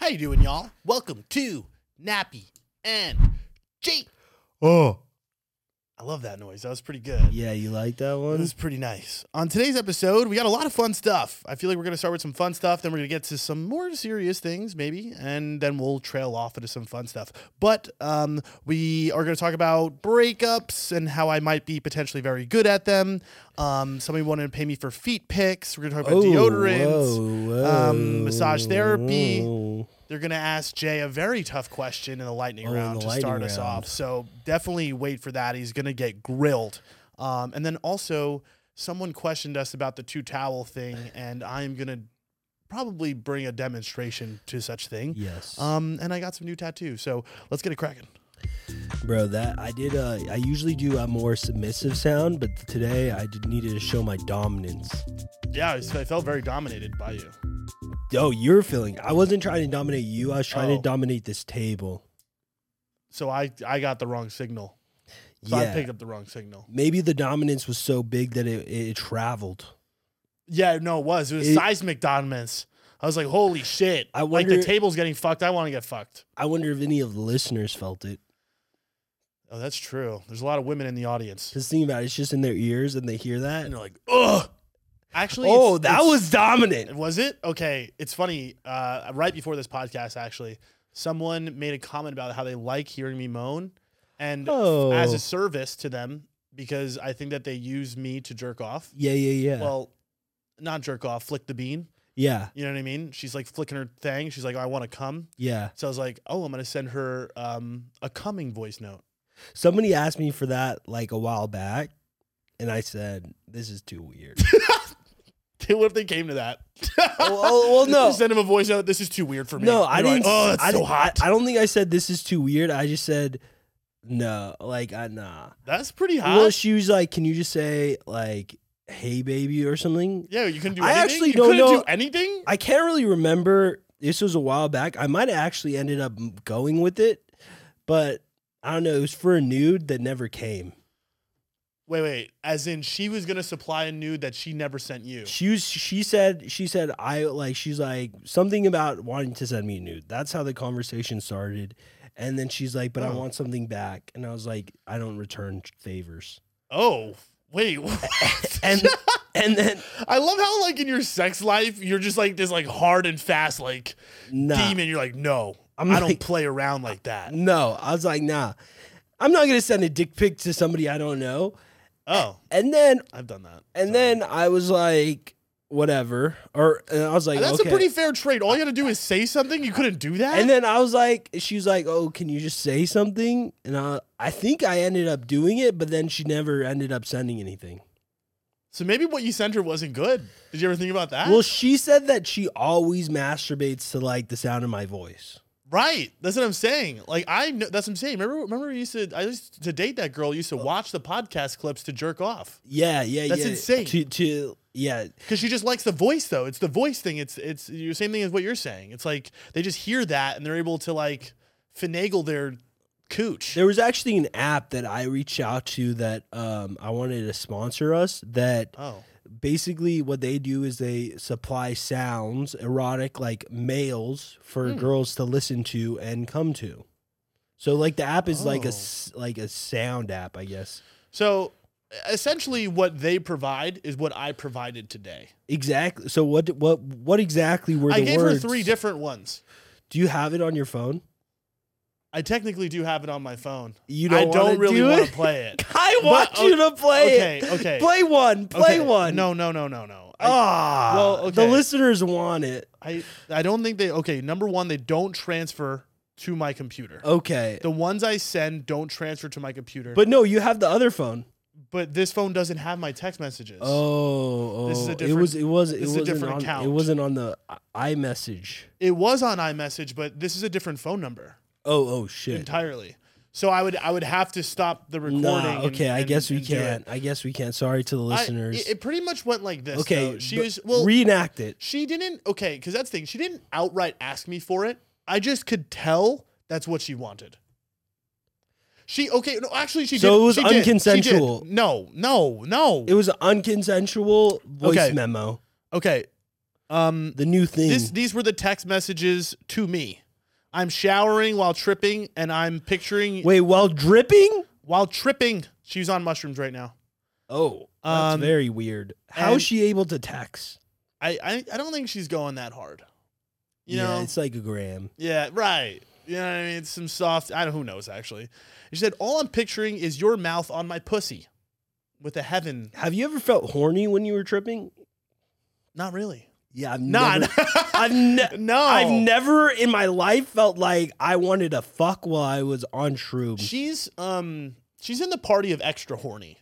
How you doing, y'all? Welcome to Nappy and Jake. Oh. I love that noise. That was pretty good. Yeah, you like that This one? is pretty nice. On today's episode, we got a lot of fun stuff. I feel like we're going to start with some fun stuff, then we're going to get to some more serious things, maybe, and then we'll trail off into some fun stuff. But um, we are going to talk about breakups and how I might be potentially very good at them. Um, somebody wanted to pay me for feet picks. We're going to talk about deodorants. Oh, whoa, um, massage therapy, whoa. They're going to ask Jay a very tough question in the lightning Oh, in round the to lightning start us round. off. So definitely wait for that. He's going to get grilled. Um, and then also, someone questioned us about the two towel thing, and I'm going to probably bring a demonstration to such thing. Yes, Um, and I got some new tattoos. So let's get it cracking. bro. That I did. Uh, I usually do a more submissive sound, but today I did needed to show my dominance. Yeah, I s- I felt very dominated by you. Oh, you're feeling. I wasn't trying to dominate you. I was trying Oh. to dominate this table. So I, I got the wrong signal. So I yeah, picked up the wrong signal. maybe the dominance was so big that it, it, traveled. Yeah, no, it was. It was It- seismic dominance. I was like, holy shit. I like wonder- the table's getting fucked. I want to get fucked. I wonder if any of the listeners felt it. Oh, that's true. There's a lot of women in the audience. Just think about it. It's just in their ears, and they hear that, and they're like, "Ugh! Actually, Oh, it's- that it's- was dominant." was it? Okay, it's funny. Uh, right before this podcast, actually, someone made a comment about how they like hearing me moan, and Oh, as a service to them because I think that they use me to jerk off. yeah, yeah, yeah, Well, not jerk off, flick the bean. yeah, You know what I mean? She's like flicking her thing. She's like, I want to come. yeah. So I was like, oh, I'm gonna send her um, a coming voice note. Somebody asked me for that like a while back, and I said, "This is too weird." what if they came to that? well, Oh, well, well, no. send him a voice note. This is too weird for me. No, I They're didn't. Like, oh, that's I so didn't- hot. I, I don't think I said this is too weird. I just said no, like I nah. that's pretty hot. Well, she was like, "Can you just say like, hey, baby, or something?" yeah, you couldn't do. I anything? actually you don't couldn't know- do anything. I can't really remember. This was a while back. I might have actually ended up going with it, but I don't know. It was for a nude that never came. Wait, wait. As in, she was gonna supply a nude that she never sent you. She was, she said she said I like she's like something about wanting to send me a nude. That's how the conversation started. And then she's like, "But I Oh. want something back." And I was like, "I don't return favors." Oh, wait. what? And and then I love how like in your sex life you're just like this like hard and fast like nah, demon. You're like, no, I'm I don't like- play around like that. no, I was like, "Nah, I'm not gonna send a dick pic to somebody I don't know." Oh, And then I've done that. and Sorry. then I was like, "Whatever," or and I was like, that's okay. a pretty fair trade. All you had to do is say something. You couldn't do that. And then I was like, she was like, oh, can you just say something? And I, I think I ended up doing it, but then she never ended up sending anything. so maybe what you sent her wasn't good. Did you ever think about that? Well, she said that she always masturbates to like the sound of my voice. Right. That's what I'm saying. Like I know that's what I'm saying. Remember remember we used to I used to date that girl, used to watch the podcast clips to jerk off. Yeah, yeah, yeah. That's insane. To, to yeah, Cuz she just likes the voice though. It's the voice thing. It's it's the same thing as what you're saying. It's like they just hear that and they're able to like finagle their cooch. there was actually an app that I reached out to that um, I wanted to sponsor us. That oh. basically what they do is they supply sounds, erotic like males for Hmm. girls to listen to and come to. So like the app is like a Oh. s- like a sound app, I guess. So e, essentially what they provide is what I provided today. Exactly. So what what what exactly were I the gave words? her three different ones. Do you have it on your phone? I technically do have it on my phone. You I don't, don't wanna really do wanna it? play it. I want But- you to play Okay, it. okay. Play one. Okay. Play one. No, no, no, no, no. I- Ah. Well, The okay. listeners want it. I I don't think they okay, number one, they don't transfer to my computer. Okay. The ones I send don't transfer to my computer. Oh. But no, you have the other phone. but this phone doesn't have my text messages. Oh, This is a oh, different- it was it was it this is a wasn't different on, account. It wasn't on the i- iMessage. It was on iMessage, but this is a different phone number Oh, oh shit. entirely. So I would I would have to stop the recording. Nah, and- okay, I and- guess we and do it. can't. I guess we can't. Sorry to the I- listeners. it, it pretty much went like this. okay, though. she but was well. reenact it. she didn't okay because that's the thing. She didn't outright ask me for it. I just could tell that's what she wanted. She okay? No, actually, she did. So it was she did, she did. unconsensual. No, no, no. It was an unconsensual voice Okay. memo. Okay. Um, The new thing. this, these were the text messages to me. I'm showering while tripping, and I'm picturing Wait, while dripping? while tripping. She's on mushrooms right now. Oh, that's Um, very weird. How and- is she able to text? I, I I don't think she's going that hard. You know, yeah, it's like a gram. Yeah, right. You know what I mean? It's some soft. I don't. Who knows? Actually, she said, "All I'm picturing is your mouth on my pussy, with a heaven. Have you ever felt horny when you were tripping? Not really. Yeah, I've Not. never- I've ne- no. I've never in my life felt like I wanted to fuck while I was on shrooms. She's um. She's in the party of extra horny.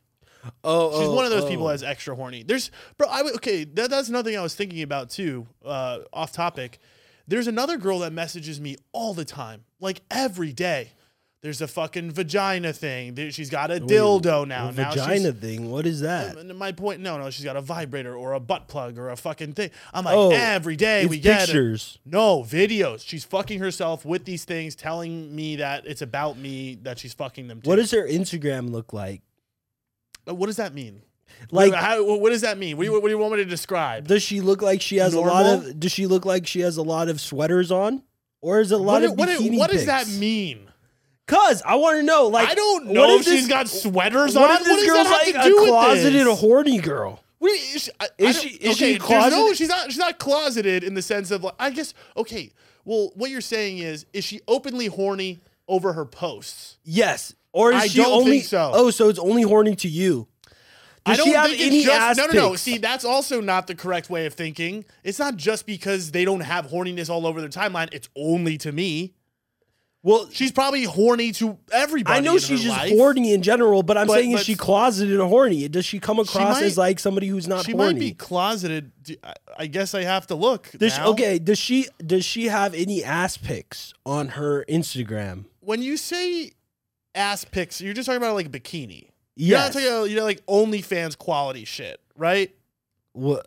oh, She's oh, one of those people oh. that's extra horny. There's bro. I w- okay. That, that's another thing I was thinking about too. Uh, off topic. There's another girl that messages me all the time, like every day. There's a fucking vagina thing. There- She's got a dildo now. A now she's- vagina thing. What is that? Um, My point, no, no, she's got a vibrator or a butt plug or a fucking thing. I'm like, Oh, every day it's we get it. pictures. No, videos. She's fucking herself with these things, telling me that it's about me that she's fucking them. Too. What does her Instagram look like? Uh, What does that mean? Like, How, what does that mean? What do you, what do you want me to describe? does she look like she has a lot Normal? of? Does she look like she has a lot of sweaters on, or is it a What, lot of do- what, do- bikini what does that pics? mean? Cause I want to know. Like, I don't what know if if she's this- got sweaters on. What What if this does girl's that have like to do a with closeted, this? a horny girl? What do you- is she, I, I Is don't- she- is okay, there's she No, closeted? she's not. She's not closeted in the sense of like. I guess okay. Well, what you're saying is, is she openly horny over her posts? Yes. Or is I she don't only? think so. Oh, so it's only horny to you. Does I don't she have think any it's just. ass no, no, no. pics? See, that's also not the correct way of thinking. It's not just because they don't have horniness all over their timeline. It's only to me. Well, She's probably horny to everybody. I know in she's her just life. horny in general, but I'm But- saying is but- she closeted or horny? Does she come across might- as like somebody who's not She horny? might be closeted. Do- I- I guess I have to look. Does she, now. okay, does she does she have any ass pics on her Instagram? When you say ass pics, you're just talking about like a bikini. You're not Yes. talking about, you know, like OnlyFans quality shit, right? What?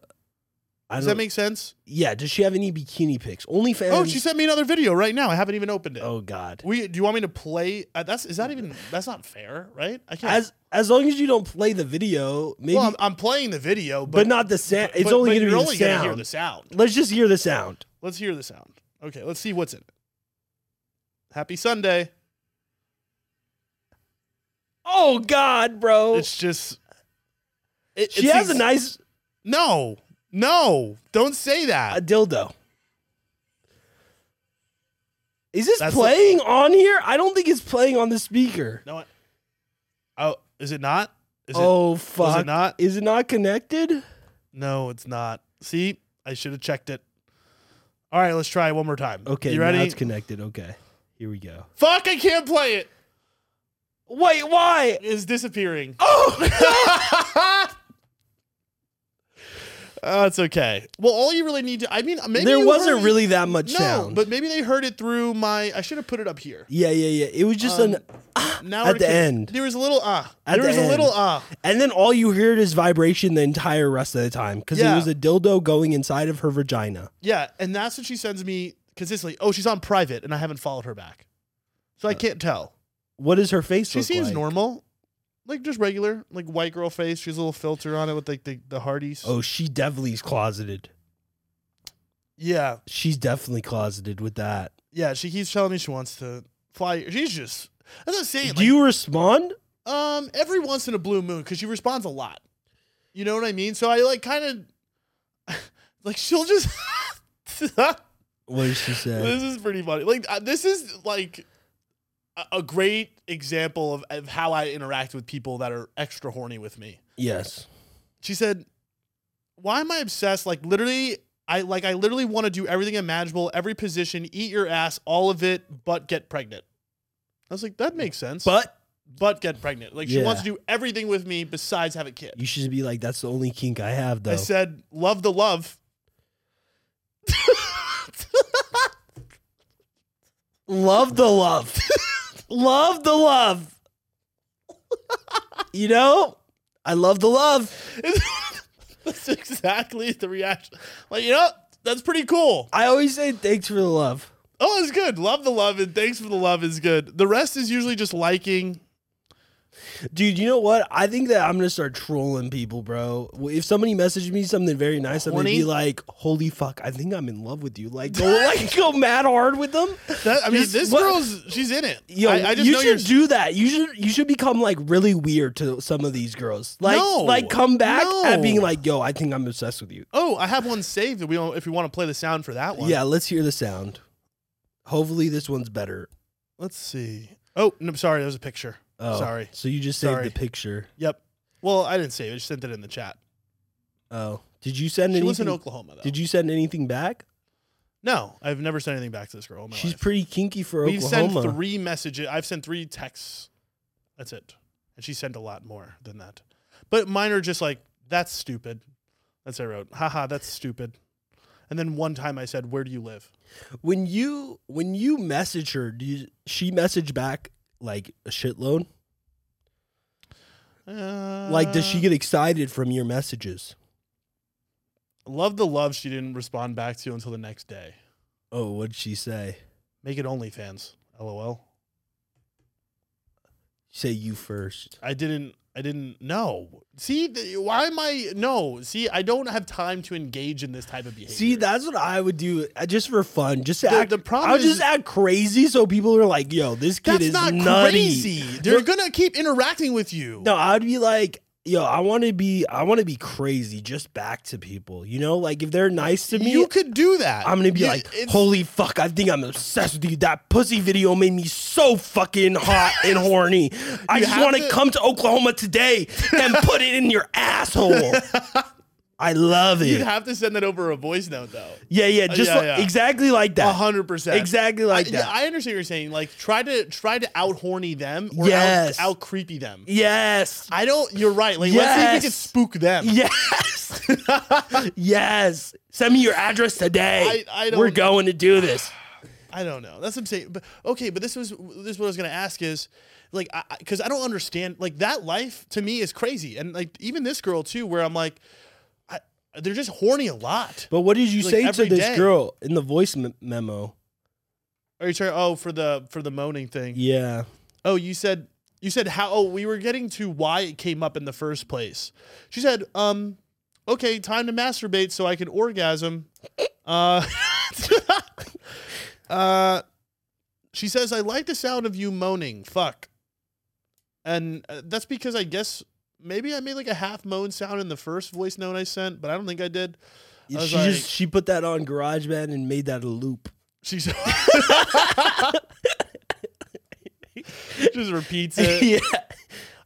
I Does don't- that make sense? yeah. Does she have any bikini pics? Only fans. oh, she sent me another video right now. I haven't even opened it. Oh God. We do you want me to play? Uh, that's is that even that's not fair, right? I can't. As as long as you don't play the video, maybe, well, I'm, I'm playing the video, but, but, not the sound. It's but- only but going to you're be the only sound. gonna hear the sound. Let's just hear the sound. Let's hear the sound. Okay, let's see what's in it. Happy Sunday. Oh God, bro. It's just. It, she it's has a ex- nice No, no, don't say a that. dildo. Is this That's playing on here? I don't think it's playing on the speaker. No. I- Oh, is it not? Is it? oh fuck! Was it not? Is it not connected? No, it's not. See, I should have checked it. All right, let's try it one more time. Okay, you ready? Now it's connected. Okay, here we go. Fuck, I can't play it. Wait, why? It's disappearing. Oh, oh, it's okay. Well, all you really need to, I mean, uh, maybe there you wasn't heard- really that much no, sound. but maybe they heard it through my. I should have put it up here. yeah, yeah, yeah. It was just Um, an, ah, Now at it the can- end, there was a little ah. At there the was a end. little ah. and then all you heard is vibration the entire rest of the time because it Yeah. was a dildo going inside of her vagina. Yeah, and that's what she sends me consistently. Oh, she's on private, and I haven't followed her back, so Uh. I can't tell. What does her face She look seems like? normal, like just regular, like white girl face. She has a little filter on it with like the the Hardee's. Oh, she definitely is closeted. yeah, She's definitely closeted with that. yeah. She keeps telling me she wants to fly. She's just that's what I'm saying. Do you respond? like, um every once in a blue moon because she responds a lot. You know what I mean? So I like kind of like she'll just. What did she say? this is pretty funny. Like uh, this is like a, a great example of, of how I interact with people that are extra horny with me. yes. She said, "Why am I obsessed? Like literally, I like I literally want to do everything imaginable, every position, eat your ass, all of it, but get pregnant." I was like, "That makes sense." But but get pregnant. Like she Yeah. wants to do everything with me besides have a kid. you should be like, that's the only kink I have, though. I said, "Love the love." love the love. love the love. you know, I love the love. That's exactly the reaction. Like you know, that's pretty cool. I always say thanks for the love. Oh, it's good. Love the love and thanks for the love is good. The rest is usually just liking. Dude, you know what? I think that I'm gonna start trolling people, bro. If somebody messaged me something very nice, I'm gonna Horny? be like, "Holy fuck, I think I'm in love with you!" Like, go, like go mad hard with them. That- I mean, Just this what- girl's she's in it. Yo, I, I just you know should you're. do that. You should you should become like really weird to some of these girls. Like, No. like come back at being No. like, "Yo, I think I'm obsessed with you." oh, I have one saved. If we don't- if we want to play the sound for that one. Yeah, let's hear the sound. Hopefully, this one's better. Let's see. Oh, no, sorry, that was a picture. Oh, Sorry. So you just saved Sorry. the picture. Yep. Well, I didn't save it. I just sent it in the chat. Oh, did you send She lives in anything? Oklahoma though. Did you send anything back? No, I've never sent anything back to this girl. In my She's life. pretty kinky for We've Oklahoma. sent three messages. I've sent three texts. That's it. And she sent a lot more than that. But mine are just like, that's stupid. That's what I wrote. Haha, that's stupid. And then one time I said, Where do you live? When you when you message her, do you, she message back like a shitload? Uh, like, does she get excited from your messages? love the love she didn't respond back to until the next day? Oh, what'd she say? Make it OnlyFans. LOL. Say you first. I didn't. I didn't know. See, th- why am I? No. See, I don't have time to engage in this type of behavior. See, that's what I would do, uh, just for fun. Just to The- act. the problem I would is- just act crazy, so people are like, "Yo, this kid That's is not nutty." crazy. They're, gonna keep interacting with you. No, I'd be like, "Yo, I want to be, I want to be crazy, just back to people." You know, like if they're nice to me, you could do that. I'm gonna be You- like, it's- holy fuck, I think I'm obsessed with you. That pussy video made me so fucking hot and horny. I You just have wanna to- come to Oklahoma today and put it in your asshole. I love You'd it. have to send that over a voice note though. yeah, yeah, just yeah, like, yeah. exactly like A that. hundred percent. Exactly like I, that. I understand what you're saying. Like, try to try to out horny them or Yes. out, out creepy them. yes. I don't. You're right. Like, let's see if we can Yes. spook them. Yes. yes. Send me your address today. I- I don't- We're going to do this. I don't know. That's what I'm saying. But okay, but this was this is what I was gonna ask is like because I, don't understand like that life to me is crazy and like even this girl too where I'm like I, they're just horny a lot. But what did you Like, say to every this day. girl in the voice me- memo? Are you trying? Oh, for the for the moaning thing. Yeah. Oh, you said you said how? Oh, we were getting to why it came up in the first place. She said, um, okay, time to masturbate so I can orgasm. Uh, uh, she says, I like the sound of you moaning. Fuck. And uh, that's because I guess maybe I made like a half moan sound in the first voice note I sent, but I don't think I did. She I was like- just she put that on GarageBand and made that a loop. She's just repeats it. yeah.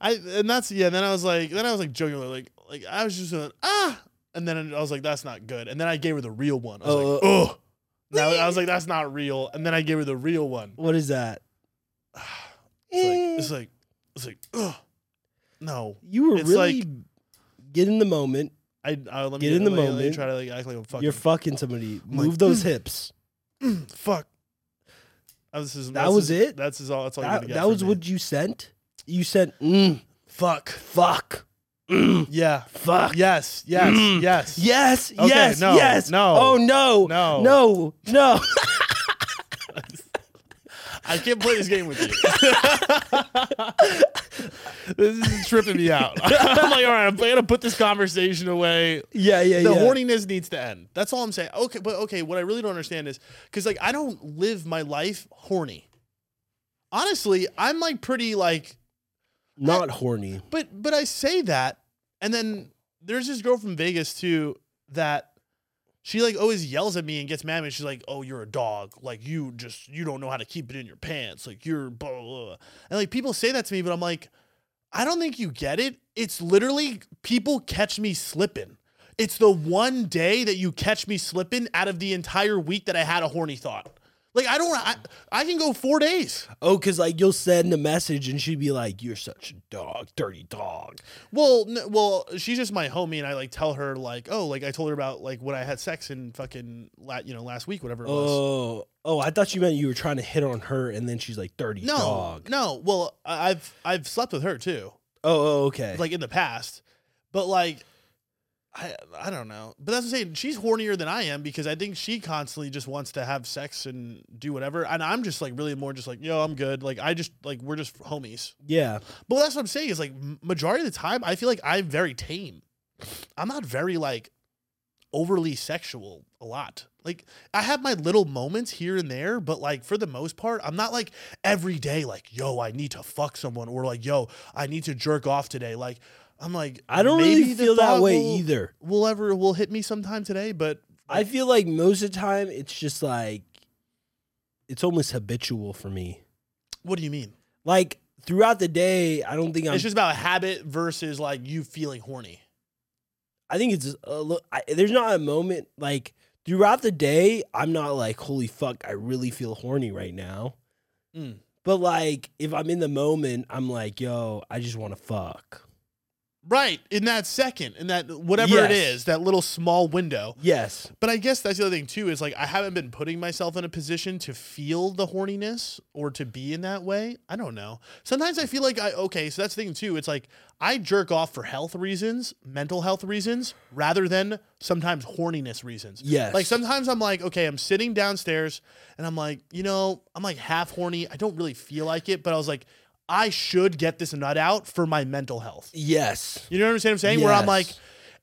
I and that's yeah. Then I was like, then I was like joking, like like I was just going ah, and then I was like, that's not good. And then I gave her the real one. I was like, oh, now I was like, that's not real. And then I gave her the real one. what is that? Eh. It's like it's like it's like ugh. no. you were it's really like- get in the moment. I, I let me Get in the let me- let me moment. Try to like act like a fucking You're fucking somebody. like, Move those hips. fuck. That was, his, That that's was his- it? That's his all. That's all. you're That, gonna get that from was me. what you sent. You sent. Mm, Fuck. fuck. Mm, Yeah. fuck. Yes. Yes. Mm. Yes. Yes. Okay, yes. no, yes. no, Oh no. no. No. No. I can't play this game with you. this is tripping me out. I'm like, all right, I'm gonna put this conversation away. yeah. Yeah. The yeah. horniness needs to end. That's all I'm saying. Okay, but okay, what I really don't understand is because like I don't live my life horny. Honestly, I'm like pretty like, Not horny. but but I say that, and then there's this girl from Vegas too that. She like always yells at me and gets mad at me. She's like, "Oh, you're a dog. Like you just you don't know how to keep it in your pants. Like you're blah blah." blah. And like people say that to me, but I'm like, I don't think you get it. It's literally people catch me slipping. It's the one day that you catch me slipping out of the entire week that I had a horny thought. Like I don't, I, I can go four days. Oh, cause like you'll send a message and she'd be like, "You're such a dog, dirty dog." Well, n- well, she's just my homie, and I like tell her like, oh, like I told her about like when I had sex in fucking, la- you know, last week, whatever it was. Oh, oh! I thought you meant you were trying to hit on her, and then she's like dirty no, dog. no. Well, I- I've I've slept with her too. Oh, oh, okay. like in the past, but like I I don't know, but that's what I'm saying. She's hornier than I am because I think she constantly just wants to have sex and do whatever, and I'm just like really more just like yo, I'm good. Like I just like we're just homies. Yeah. But that's what I'm saying is like m- majority of the time I feel like I'm very tame. I'm not very like overly sexual a lot. Like I have my little moments here and there, but like for the most part, I'm not like every day like yo, I need to fuck someone or like yo, I need to jerk off today. Like I'm like I don't really maybe the feel that thought way will- either. will ever will hit me sometime today, but I feel like most of the time it's just like it's almost habitual for me. what do you mean? Like throughout the day, I don't think I'm It's just about habit versus like you feeling horny. I think it's a lo- I, there's not a moment like throughout the day I'm not like holy fuck I really feel horny right now. Mm. But like if I'm in the moment I'm like yo I just want to fuck. Right, in that second, in that whatever it Yes. is, that little small window. Yes. But I guess that's the other thing too is like I haven't been putting myself in a position to feel the horniness or to be in that way. I don't know. Sometimes I feel like I okay, so that's the thing too. It's like I jerk off for health reasons, mental health reasons, rather than sometimes horniness reasons. Yes. Like sometimes I'm like, okay, I'm sitting downstairs and I'm like, you know, I'm like half horny. I don't really feel like it, but I was like, I should get this nut out for my mental health. Yes. You know what I'm saying? I'm saying where I'm Yes. like,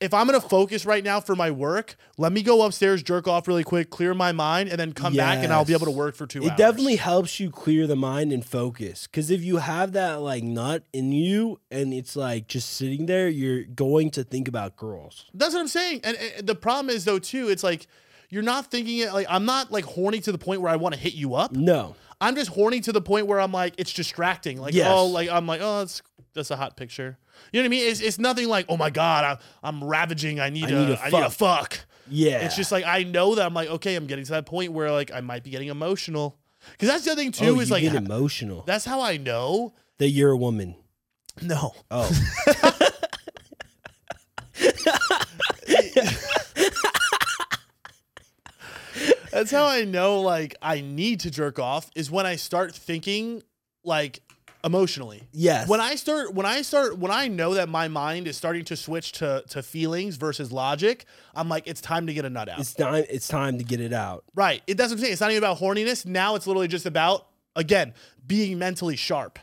if I'm gonna focus right now for my work, let me go upstairs, jerk off really quick, clear my mind, and then come back and I'll be Yes. able to work for two It hours. definitely helps you clear the mind and focus. Cause if you have that like nut in you and it's like just sitting there, you're going to think about girls. That's what I'm saying. And, and the problem is though too, it's like you're not thinking it like I'm not like horny to the point where I want to hit you up. No. I'm just horny to the point where I'm like, it's distracting. Like, Yes. oh, like I'm like, oh, that's that's a hot picture. You know what I mean? It's, it's nothing like, oh my god, I'm I'm ravaging. I need I to need a I need a fuck. Yeah. It's just like I know that I'm like, okay, I'm getting to that point where like I might be getting emotional. Because that's the other thing too oh, is you like get emotional that's how I know. that you're a woman. No, Oh. that's how I know. Like I need to jerk off is when I start thinking like emotionally. yes. When I start, when I start, when I know that my mind is starting to switch to to feelings versus logic, I'm like, it's time to get a nut out. it's time it's time to get it out. right? It doesn't say it's not even about horniness. Now it's literally just about again being mentally sharp.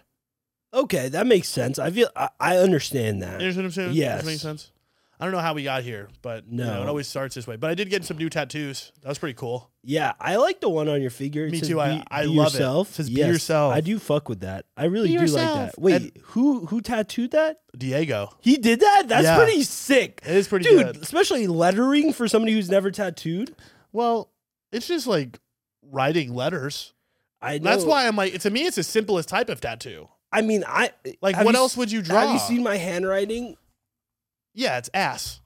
Okay, that makes sense. I feel I, I understand You that. understand what I'm saying? Yes. Does that make sense? I don't know how we got here, but no, No. it always starts this way. But I did get some new tattoos. That was pretty cool. Yeah, I like the one on your figure. It Me says too, I- be- I be love it. yourself. It says be Yes, yourself. I do fuck with that. I really Be do like yourself. that. Wait, And- who who tattooed that? Diego, He did that? That's Yeah. pretty sick. it is pretty Dude, good. especially lettering for somebody who's never tattooed. Well, it's just like writing letters. I know. That's why I'm like, to me, it's the simplest type of tattoo. I mean, I Like, have what you else s- would you draw? Have you seen my handwriting? Yeah, it's ass.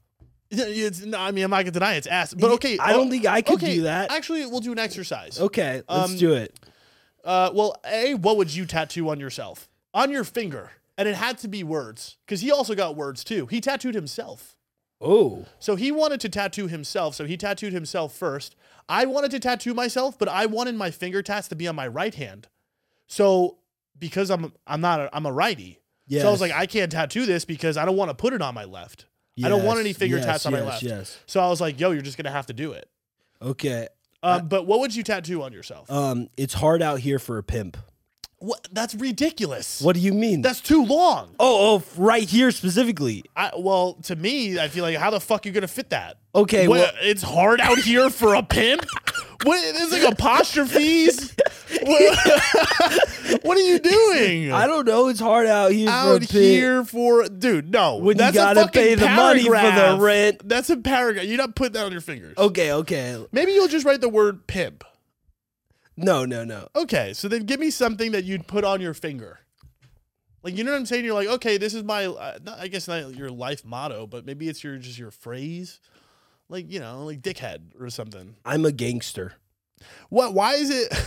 Yeah, It's, no, I mean, I'm not gonna deny it's ass, but okay. I don't oh, think I could okay, do that. Actually, we'll do an exercise. okay, let's Um, do it. Uh, well, a what would you tattoo on yourself on your finger? And it had to be words because he also got words too. He tattooed himself. Oh. So he wanted to tattoo himself, so he tattooed himself first. I wanted to tattoo myself, but I wanted my finger tats to be on my right hand. So because I'm I'm not a, I'm a righty. Yes. So I was like I can't tattoo this because I don't want to put it on my left. I don't want Yes, any finger yes, tats on my yes, left. Yes. So I was like, yo, you're just going to have to do it. Okay. Um, but what would you tattoo on yourself? Um, it's hard out here for a pimp. what? That's ridiculous. What do you mean? That's too long. oh, oh, right here specifically. I, well, to me, I feel like how the fuck you gonna fit that? Okay, What- well- it's hard out here for a pimp. What is like apostrophes? what, what are you doing? I don't know. It's hard out here for a out pimp. here for dude? No, When you that's gotta a fucking pay the money for the paragraph. rent. Oh. That's a paragraph. You're not putting that on your fingers. Okay, okay. Maybe you'll just write the word pimp. No, no, no. Okay, so then give me something that you'd put on your finger. Like you know what I'm saying? You're like, okay, this is my, uh, not- I guess not your life motto, but maybe it's your just your phrase, like you know, like dickhead or something. I'm a gangster. What? Why is it?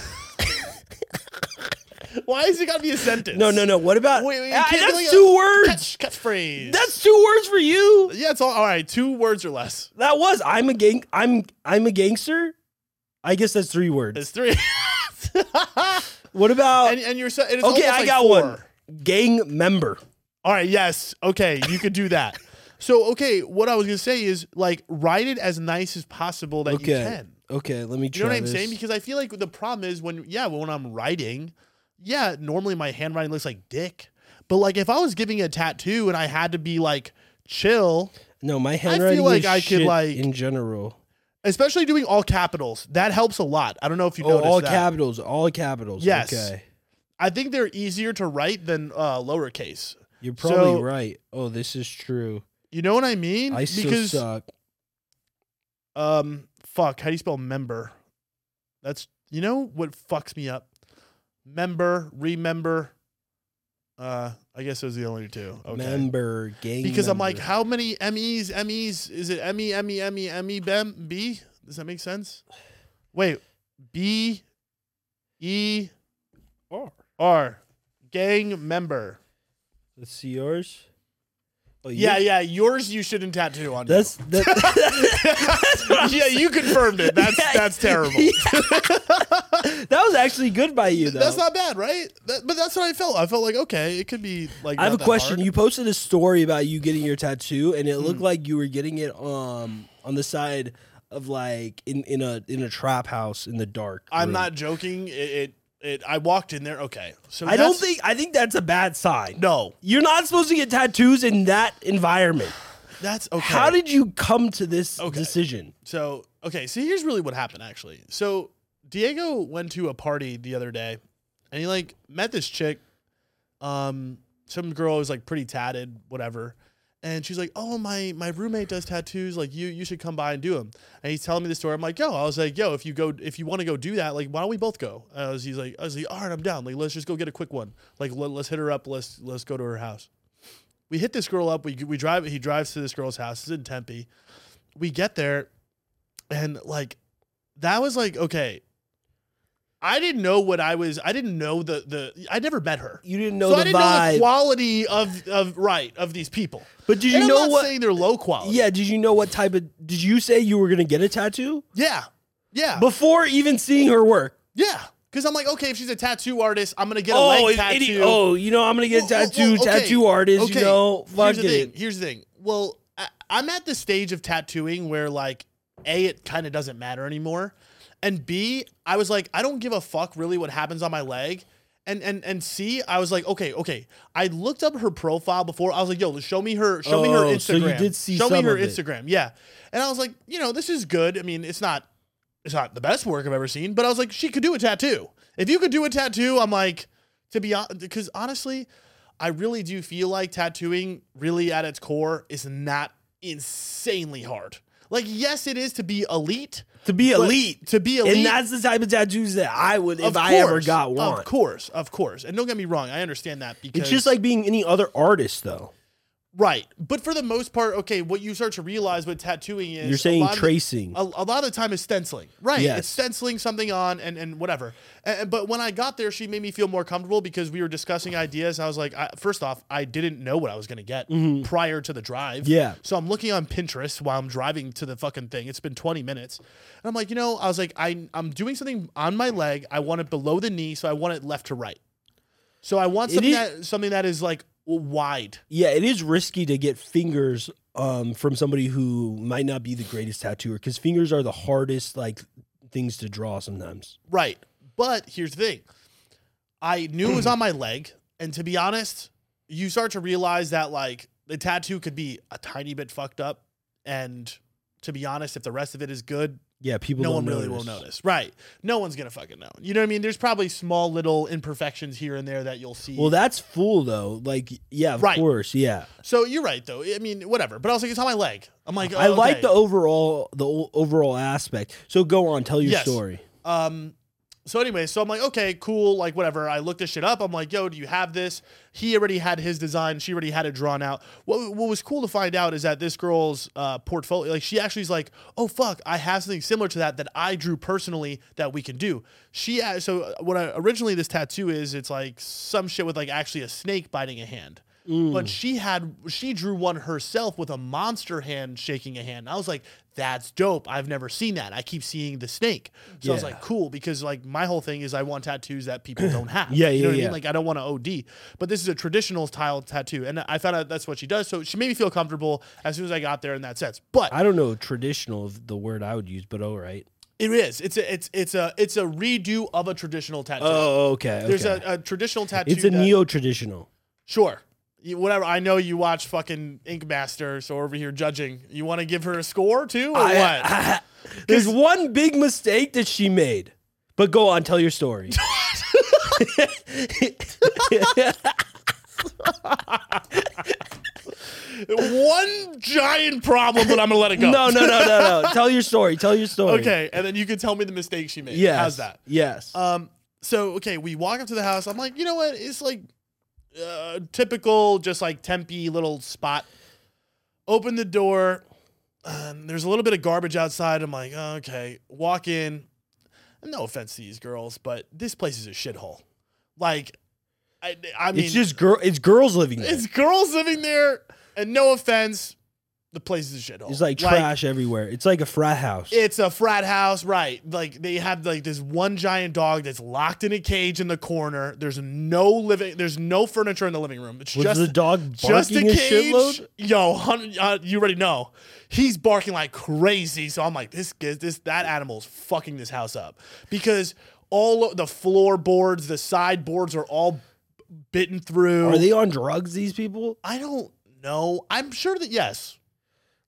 why is it got to be a sentence? No, no, no. What about Wait, wait, it Ah, can't be that's like a- two words? Catch, catchphrase. That's two words for you. yeah. It's all all right. Two words or less. That was I'm a gang. I'm I'm a gangster. I guess that's three words. It's three. What about and, and you're so- and it's Oh. okay? almost I like got four. one. Gang member. All right. Yes. Okay. You could do that. So okay, what I was gonna say is like write it as nice as possible that you Okay. can. Okay, let me You try know what I'm this. saying? Because I feel like the problem is when yeah, when I'm writing, yeah, normally my handwriting looks like dick. But like if I was giving a tattoo and I had to be like chill, no, my handwriting like is I could, shit like- in general. especially doing all capitals, that helps a lot. I don't know if you Oh, noticed all that. capitals, all capitals. Yes. Okay. I think they're easier to write than uh, lowercase. You're probably So- right. Oh, this is true. You know what I mean? I uh, still because suck. um fuck, how do you spell member? That's you know what fucks me up? Member, remember. Uh I guess those are the only two. Okay. Member gang. because I'm like, member. how many MEs, MEs? Is it E, ME, ME, ME, ME, BEM, B? Does that make sense? Wait, B, E, R, gang member. let's see yours. Oh, Yeah, yours- yeah, yours you shouldn't tattoo on. you. That's that, yeah, you confirmed it. That's Yeah. that's terrible. that was actually good by you though. That's not bad, right? That, but that's what I felt. I felt like okay, it could be like. I have not a that question. hard. You posted a story about you getting your tattoo, and it looked Mm. like you were getting it um on the side of like in, in a in a trap house in the dark. I'm room. not joking. It, it it. I walked in there. Okay, so I don't that's- think. I think that's a bad sign. No, You're not supposed to get tattoos in that environment. that's okay. How did you come to this Okay. decision? So, okay, so here's really what happened actually. So, Diego went to a party the other day and he like met this chick um some girl was like pretty tatted, whatever. And she's like, "Oh, my my roommate does tattoos. Like you you should come by and do them." And he's telling me the story. I'm like, "Yo," I was like, "Yo, if you go if you want to go do that, like why don't we both go?" And I was he's like, "I was like, all right, I'm down. Like let's just go get a quick one. Like let, let's hit her up. Let's let's go to her house." We hit this girl up. We we drive. He drives to this girl's house. It's in Tempe. We get there, and like that was like okay. I didn't know what I was. I didn't know the the. I never met her You didn't know so the I didn't vibe. know the quality of of right of these people. but did you and I'm know not what? saying they're low quality. yeah. Did you know what type of? Did you say you were gonna get a tattoo yeah, yeah, before even seeing her work? yeah. Because I'm like, okay, if she's a tattoo artist, I'm gonna get a oh, leg if tattoo. any- oh, you know I'm gonna get a Well, well, tattoo. well, okay, Tattoo artist, okay, you know, fuck Here's the thing. it. Here's the thing. Well, I, I'm at the stage of tattooing where like, a it kind of doesn't matter anymore, and b I was like, I don't give a fuck really what happens on my leg. And, and and C, I was like, okay, okay. I looked up her profile before. I was like, yo, show me her, show me her Oh, Instagram. so you did see show some me her of it. Instagram. Yeah, and I was like, you know, this is good. I mean, it's not, it's not the best work I've ever seen, but I was like, she could do a tattoo. If you could do a tattoo, I'm like, to be honest, because honestly, I really do feel like tattooing, really at its core, is not insanely hard. Like, yes, it is to be elite. To be but elite, To be elite. and that's the type of tattoos that I would if of I ever course, got one. Of course, of course. And don't get me wrong, I understand that because It's just like being any other artist, though. right. But for the most part, okay, what you start to realize with tattooing is You're a saying lot of the- tracing. a, a lot of the time it's stenciling right Yes. it's stenciling something on and, and whatever and, and- but when i got there she made me feel more comfortable because we were discussing ideas i was like I, first off i didn't know what i was going to get prior to the drive Mm-hmm. Yeah. so i'm looking on pinterest while i'm driving to the fucking thing it's been 20 minutes and i'm like you know i was like I, i'm doing something on my leg i want it below the knee so i want it left to right so i want It something is- that something that is like wide yeah, it is risky to get fingers um, from somebody who might not be the greatest tattooer because fingers are the hardest like things to draw sometimes. Right. But here's the thing I knew it was on my leg. And to be honest, you start to realize that, like, the tattoo could be a tiny bit fucked up. And to be honest, if the rest of it is good, Yeah, people. no don't one really will notice. Right. No one's going to fucking know. You know what I mean? There's probably small little imperfections here and there that you'll see. Well, that's full though. Like, yeah, of Right. course, yeah. so you're right, though. I mean, whatever. But I was like, it's on my leg. I'm like, I oh, like okay. the overall the o- overall aspect. So go on, tell your Yes. story. Um, so anyway, so I'm like, okay, cool, like whatever. I looked this shit up. I'm like, yo, do you have this? He already had his design. She already had it drawn out. What what was cool to find out is that this girl's uh, portfolio, like she actually is like, oh fuck, I have something similar to that that I drew personally that we can do. She a- so what I, originally this tattoo is, it's like some shit with like actually a snake biting a hand. But she had she drew one herself with a monster hand shaking a hand. I was like, that's dope. I've never seen that. I keep seeing the snake. So I was Yeah. like, cool, because like my whole thing is I want tattoos that people don't have. Yeah, You know yeah, what I mean? yeah. Like I don't want to OD. But this is a traditional style tattoo. And I found out that's what she does. So she made me feel comfortable as soon as I got there in that sense. But I don't know traditional of the word I would use, but all right. it is. It's a it's it's a it's a redo of a traditional tattoo. Oh, okay. There's a, a traditional tattoo. it's a that- neo traditional. Sure. You, whatever. I know you watch fucking Ink Master, so over here judging. You want to give her a score too, or what? there's one big mistake that she made. But go on, tell your story. One giant problem, but I'm gonna let it go. No, no, no, no, no. Tell your story. Tell your story. Okay, and then you can tell me the mistake she made. Yes. How's that? Yes. Um. So okay, we walk up to the house. I'm like, you know what? It's like uh, typical, just like Tempe little spot. Open the door. Um, there's a little bit of garbage outside. I'm like, oh, okay. Walk in. No offense to these girls, but this place is a shithole. Like, I, I mean, it's just girl. It's girls living there. it's girls living there, and no offense, the place is a shithole. It's like trash everywhere. It's like a frat house. It's a frat house, right? Like they have like this one giant dog that's locked in a cage in the corner. There's no living. There's no furniture in the living room. It's Was just the dog just a barking a, cage. shitload? Yo, hun- uh, you already know he's barking like crazy. So I'm like, this kid, this that animal's fucking this house up because all of the floorboards, the sideboards are all bitten through. Are they on drugs? These people I don't know. I'm sure that yes.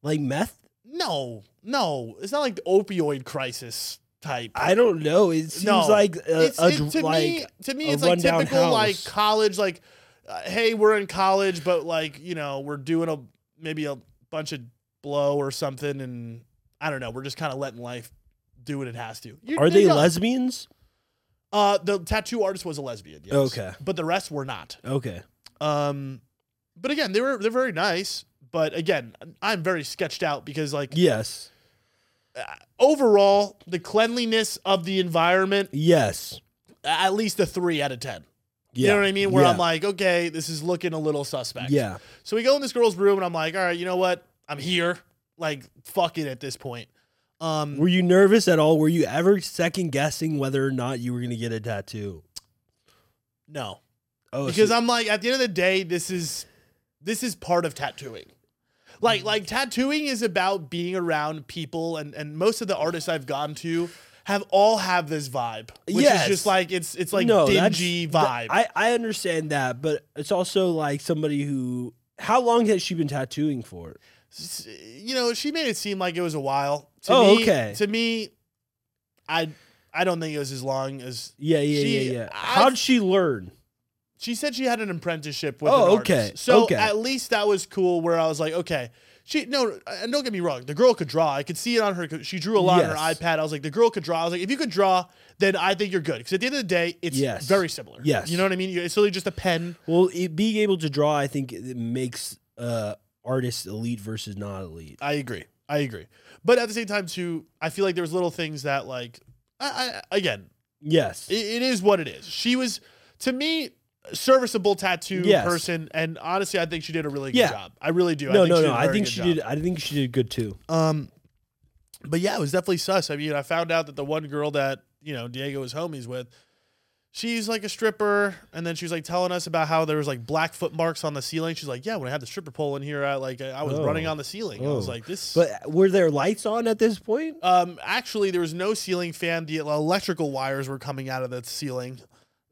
like meth? No, no. It's not like the opioid crisis type. I don't know. It seems No. like a, it's, a it- dr- to like me, to me, a it's like rundown typical like house. college, like, uh, hey, we're in college, but like you know, we're doing a maybe a bunch of blow or something, and I don't know, we're just kind of letting life do what it has to. You're- Are they're they young. lesbians? Uh, the tattoo artist was a lesbian. Yes. Okay. but the rest were not. Okay. Um, but again, they were they're very nice. But again, I'm very sketched out because like Yes. overall, the cleanliness of the environment, Yes. a- at least a three out of ten. Yeah. You know what I mean? Where yeah. I'm like, okay, this is looking a little suspect. yeah. So we go in this girl's room, and I'm like, all right, you know what? I'm here. Like, fuck it at this point. Um, Were you nervous at all? Were you ever second guessing whether or not you were going to get a tattoo? no, Oh, because so- I'm like, at the end of the day, this is this is part of tattooing. Like, like tattooing is about being around people, and and most of the artists I've gone to have all have this vibe, which Yes. is just like it's it's like that's- dingy vibe. I I understand that, but it's also like somebody who. How long has she been tattooing for? s- you know, she made it seem like it was a while. To Oh, me, okay. To me, I I don't think it was as long as Yeah, yeah, She- yeah, yeah. I- How'd she learn? she said. She had an apprenticeship with. Oh, an okay, artist. So okay. at least that was cool. Where I was like, okay, she no, uh, and don't get me wrong, the girl could draw. I could see it on her. She drew a lot on her Yes. iPad. I was like, the girl could draw. I was like, if you could draw, then I think you're good. Because at the end of the day, it's Yes. very similar. Yes. you know what I mean. It's really just a pen. Well, it, being able to draw, I think, it makes uh, artists elite versus not elite. I agree. I agree. But at the same time, too, I feel like there was little things that like, I, I again, Yes. it, it is what it is. She was, to me, a serviceable tattoo Yes. person, and honestly, I think she did a really good Yeah. job. I really do. I no, think no, she no. Did a I very think good she job. did. I think she did good too. Um, but yeah, it was definitely sus. I mean, I found out that the one girl that you know Diego was homies with, she's like a stripper, and then she was like telling us about how there was like black foot marks on the ceiling. She's like, yeah, when I had the stripper pole in here, I like I I was Oh. running on the ceiling. I was Oh. like, this. But were there lights on at this point? Um, actually, there was no ceiling fan. The electrical wires were coming out of the ceiling.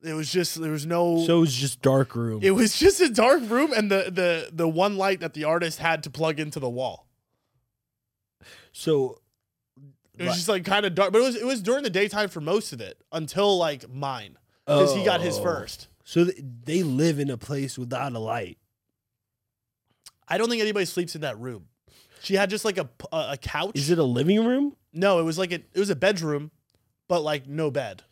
It was just there was no. So it was just dark room. Oh. it was just a dark room, and the the the one light that the artist had to plug into the wall. so It was Right. just like kind of dark, but it was it was during the daytime for most of it until like mine because he got his Oh. first. So th- they live in a place without a light. I don't think anybody sleeps in that room. She had just like a p- a, a couch. Is it a living room? no, it was like a, it was a bedroom, but like no bed.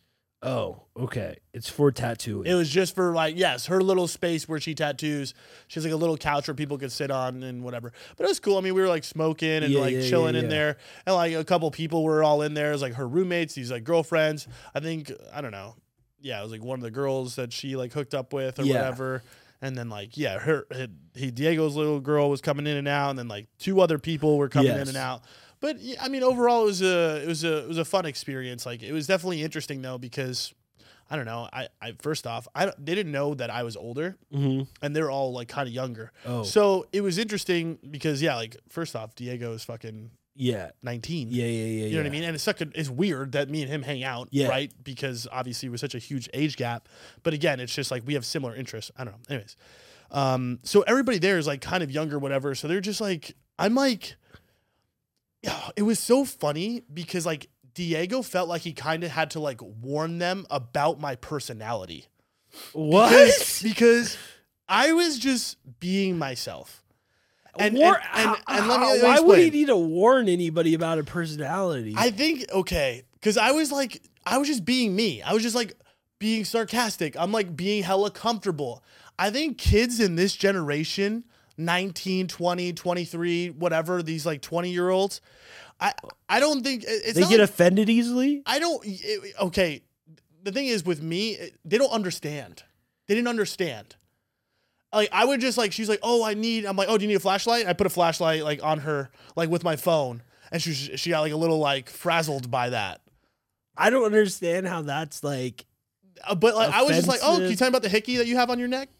Oh, okay. It's for tattooing. It was just for like yes, her little space where she tattoos. She has like a little couch where people could sit on and whatever. But it was cool. I mean, we were like smoking and Yeah, like yeah, chilling yeah, in yeah. there, and like a couple people were all in there. It was like her roommates, these like girlfriends. I think I don't know. Yeah, it was like one of the girls that she like hooked up with or Yeah. whatever. And then like yeah, her he Diego's little girl was coming in and out, and then like two other people were coming in Yes. and out. But yeah, I mean, overall, it was a it was a it was a fun experience. Like it was definitely interesting though because I don't know. I, I first off, I don't- they didn't know that I was older, Mm-hmm. and they're all like kind of younger. Oh, So it was interesting because yeah, like first off, Diego is fucking yeah, nineteen. yeah, yeah, yeah. You know what I mean? And it's such a, it's weird that me and him hang out, Yeah. right? Because obviously we're such a huge age gap. But again, it's just like we have similar interests. I don't know. Anyways. Um, so everybody there is like kind of younger, whatever. So they're just like, I'm like, it was so funny because like Diego felt like he kind of had to like warn them about my personality. Because, What? because I was just being myself. And- War- and- and- and let me- let me why would he explain. need to warn anybody about a personality? I think okay, because I was like, I was just being me. I was just like being sarcastic. I'm like being hella comfortable. I think kids in this generation, 19, 20, 23, whatever, these like 20 year olds, I I don't think it- it's they not get like, offended easily. I don't it- okay. The thing is with me, it- they don't understand. They didn't understand. Like I would just like she's like, "Oh, I need." I'm like, "Oh, do you need a flashlight?" I put a flashlight like on her like with my phone. And she was- she got like a little like frazzled by that. I don't understand how that's like Uh, but like I was just like, oh, can you Offensive. tell me about the hickey that you have on your neck?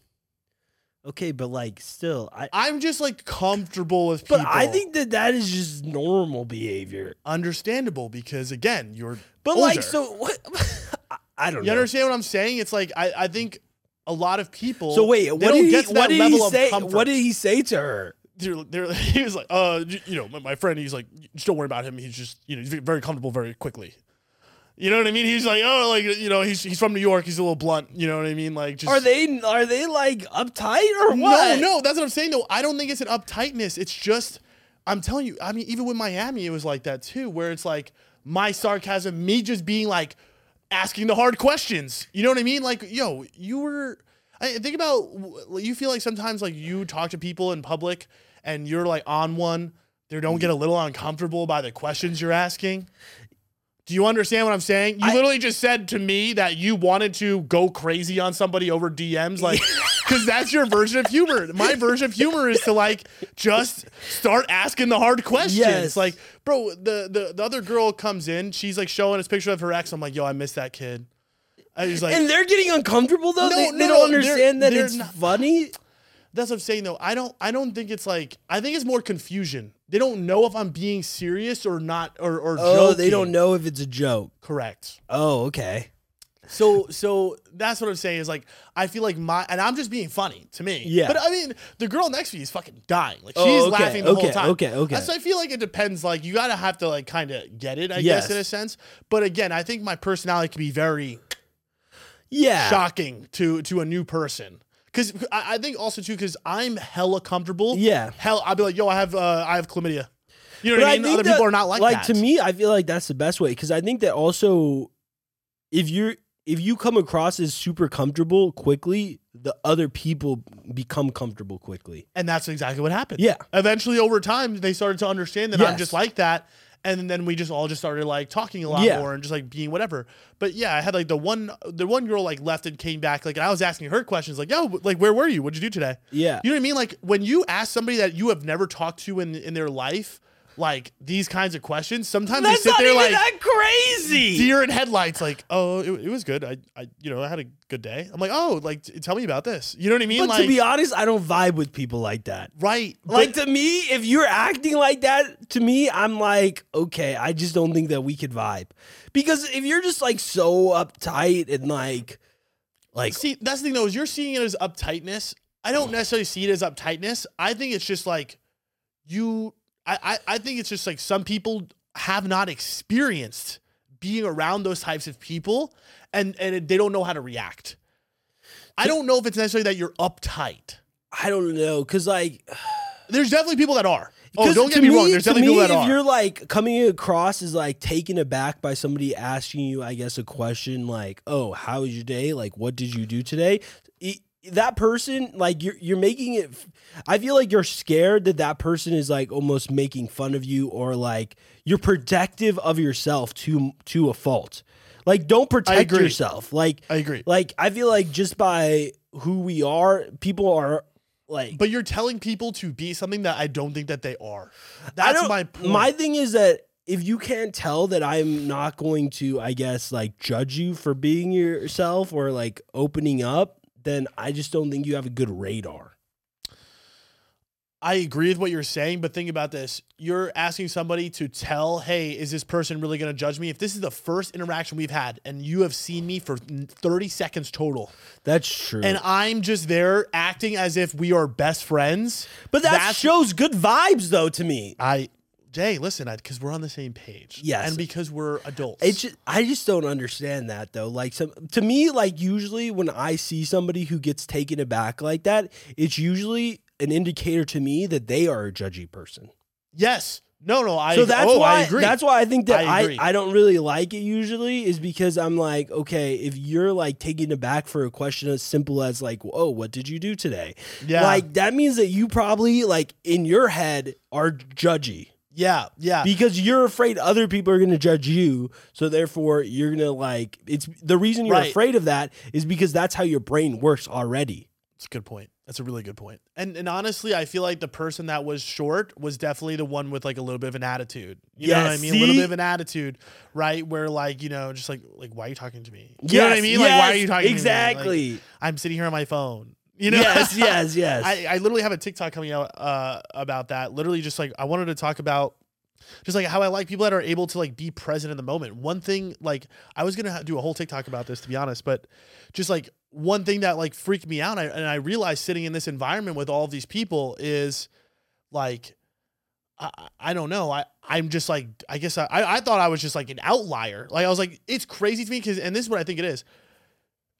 okay, but like still, I. I'm just like comfortable with people. But I think that that is just normal behavior. understandable because again, you're. But older. like, so what? I- I don't you know. understand what I'm saying? It's like I, I think a lot of people. So wait, they what don't did, he, get to what that did level he of say? comfort. What did he say to her? They're- they're- he was like, uh, you, you know, my, my friend. He's like, just don't worry about him. He's just, you know, he's very comfortable very quickly. You know what I mean? He's like, oh, like you know, he's he's from New York. He's a little blunt. You know what I mean? Like, just Are they are they like uptight or what? No, no, that's what I'm saying though. I don't think it's an uptightness. It's just I'm telling you, I mean, even with Miami, it was like that too, where it's like my sarcasm, me just being like asking the hard questions. You know what I mean? Like, yo, you were I think about you feel like sometimes like you talk to people in public and you're like on one, they don't Mm-hmm. get a little uncomfortable by the questions you're asking. Do you understand what I'm saying? You I- literally just said to me that you wanted to go crazy on somebody over DMs, like, because that's your version of humor. My version of humor is to like just start asking the hard questions. Yes. Like, bro, the, the the other girl comes in, she's like showing us picture of her ex. I'm like, yo, I miss that kid. I was like, And they're getting uncomfortable though. No, they, no, they no, don't they're- understand that they're it's not- funny. that's what I'm saying though. I don't I don't think it's like I think it's more confusion. They don't know if I'm being serious or not or or Oh, they don't joking. know if it's a joke. Correct. Oh, okay. So so that's what I'm saying is like I feel like my and I'm just being funny to me. Yeah. But I mean the girl next to you is fucking dying. Like she's Oh, okay, laughing the whole okay, time. okay, okay. So I feel like it depends. Like you gotta have to like kind of get it, I guess, Yes. in a sense. But again, I think my personality can be very Yeah. shocking to to a new person. Cause I, I think also too, cause I'm hella comfortable. Yeah. Hell, I'll be like, yo, I have uh, I have chlamydia. You know what But I I mean? think Other that- people are not like, like that. to me, I feel like that's the best way because I think that also, if you're if you come across as super comfortable quickly, the other people become comfortable quickly. And that's exactly what happened. Yeah. Eventually, over time, they started to understand that I'm Yes. just like that. And then we just all just started like talking a lot Yeah. more and just like being whatever. But yeah, I had like the one the one girl like left and came back like and I was asking her questions like, "Yo, like where were you? What'd you do today?" Yeah. You know what I mean? Like when you ask somebody that you have never talked to in in their life like these kinds of questions, sometimes they sit there like crazy. deer in headlights like, "Oh, it, it was good. I I you know, I had a good day." I'm like, "Oh, like t- tell me about this." You know what I mean? but like to be honest, I don't vibe with people like that. right. but- Like to me, if you're acting like that to me, I'm like, okay, I just don't think that we could vibe. Because if you're just like so uptight and like like See, that's the thing though, is you're seeing it as uptightness. I don't necessarily see it as uptightness. I think it's just like you I, I, I think it's just like some people have not experienced being around those types of people and, and they don't know how to react. I don't know if it's necessarily that you're uptight. I don't know, cause like There's definitely people that are. Oh, 'cause don't to get me, wrong. me- There's to definitely me, people that if are. you're like coming across as like taken aback by somebody asking you, I guess, a question like, "Oh, how was your day? Like, what did you do today?" E- that person, like, you're you're making it. f- I feel like you're scared that that person is like almost making fun of you, or like you're protective of yourself to to a fault. Like, don't protect agree. yourself. Like, I agree. like I feel like just by who we are, people are like But you're telling people to be something that I don't think that they are. I That's don't- my point. My thing is that if you can't tell that I'm not going to, I guess, like judge you for being yourself or like opening up, then I just don't think you have a good radar. I agree with what you're saying, but think about this. You're asking somebody to tell, hey, is this person really going to judge me? If this is the first interaction we've had and you have seen me for 30 seconds total, That's true. and I'm just there acting as if we are best friends, but that that's- shows good vibes though to me. I, Jay, listen, because we're on the same page. Yes. And because we're adults. It's just, I just don't understand that though. Like some to me, like usually when I see somebody who gets taken aback like that, it's usually an indicator to me that they are a judgy person. yes. No, no, I, so that's oh, why I agree. that's why I think I that I, agree. I, don't really like it usually is because I'm like okay if you're like taken aback for a question as simple as like oh what did you do today yeah. like that means that you probably like in your head are judgy yeah. Yeah. because you're afraid other people are going to judge you so therefore you're going to like it's the reason you're Right. afraid of that is because that's how your brain works already It's a good point. That's a really good point. And and honestly, I feel like the person that was short was definitely the one with like a little bit of an attitude. You know Yeah, what I mean? A little see? bit of an attitude, right? Where like, you know, just like like why are you talking to me? You know what I Yes, mean? Like why are yes, you talking to me? Like, exactly I'm sitting here on my phone. You know? yes yes yes I, I literally have a TikTok coming out uh, about that. Literally, just like I wanted to talk about, just like how I like people that are able to like be present in the moment. One thing, like I was gonna ha- do a whole TikTok about this to be honest, but just like one thing that like freaked me out, I, and I realized sitting in this environment with all these people is like. I, I- I don't know. I, I'm just like, I guess I, I I thought I was just like an outlier. Like, I was like, it's crazy to me because, and this is what I think it is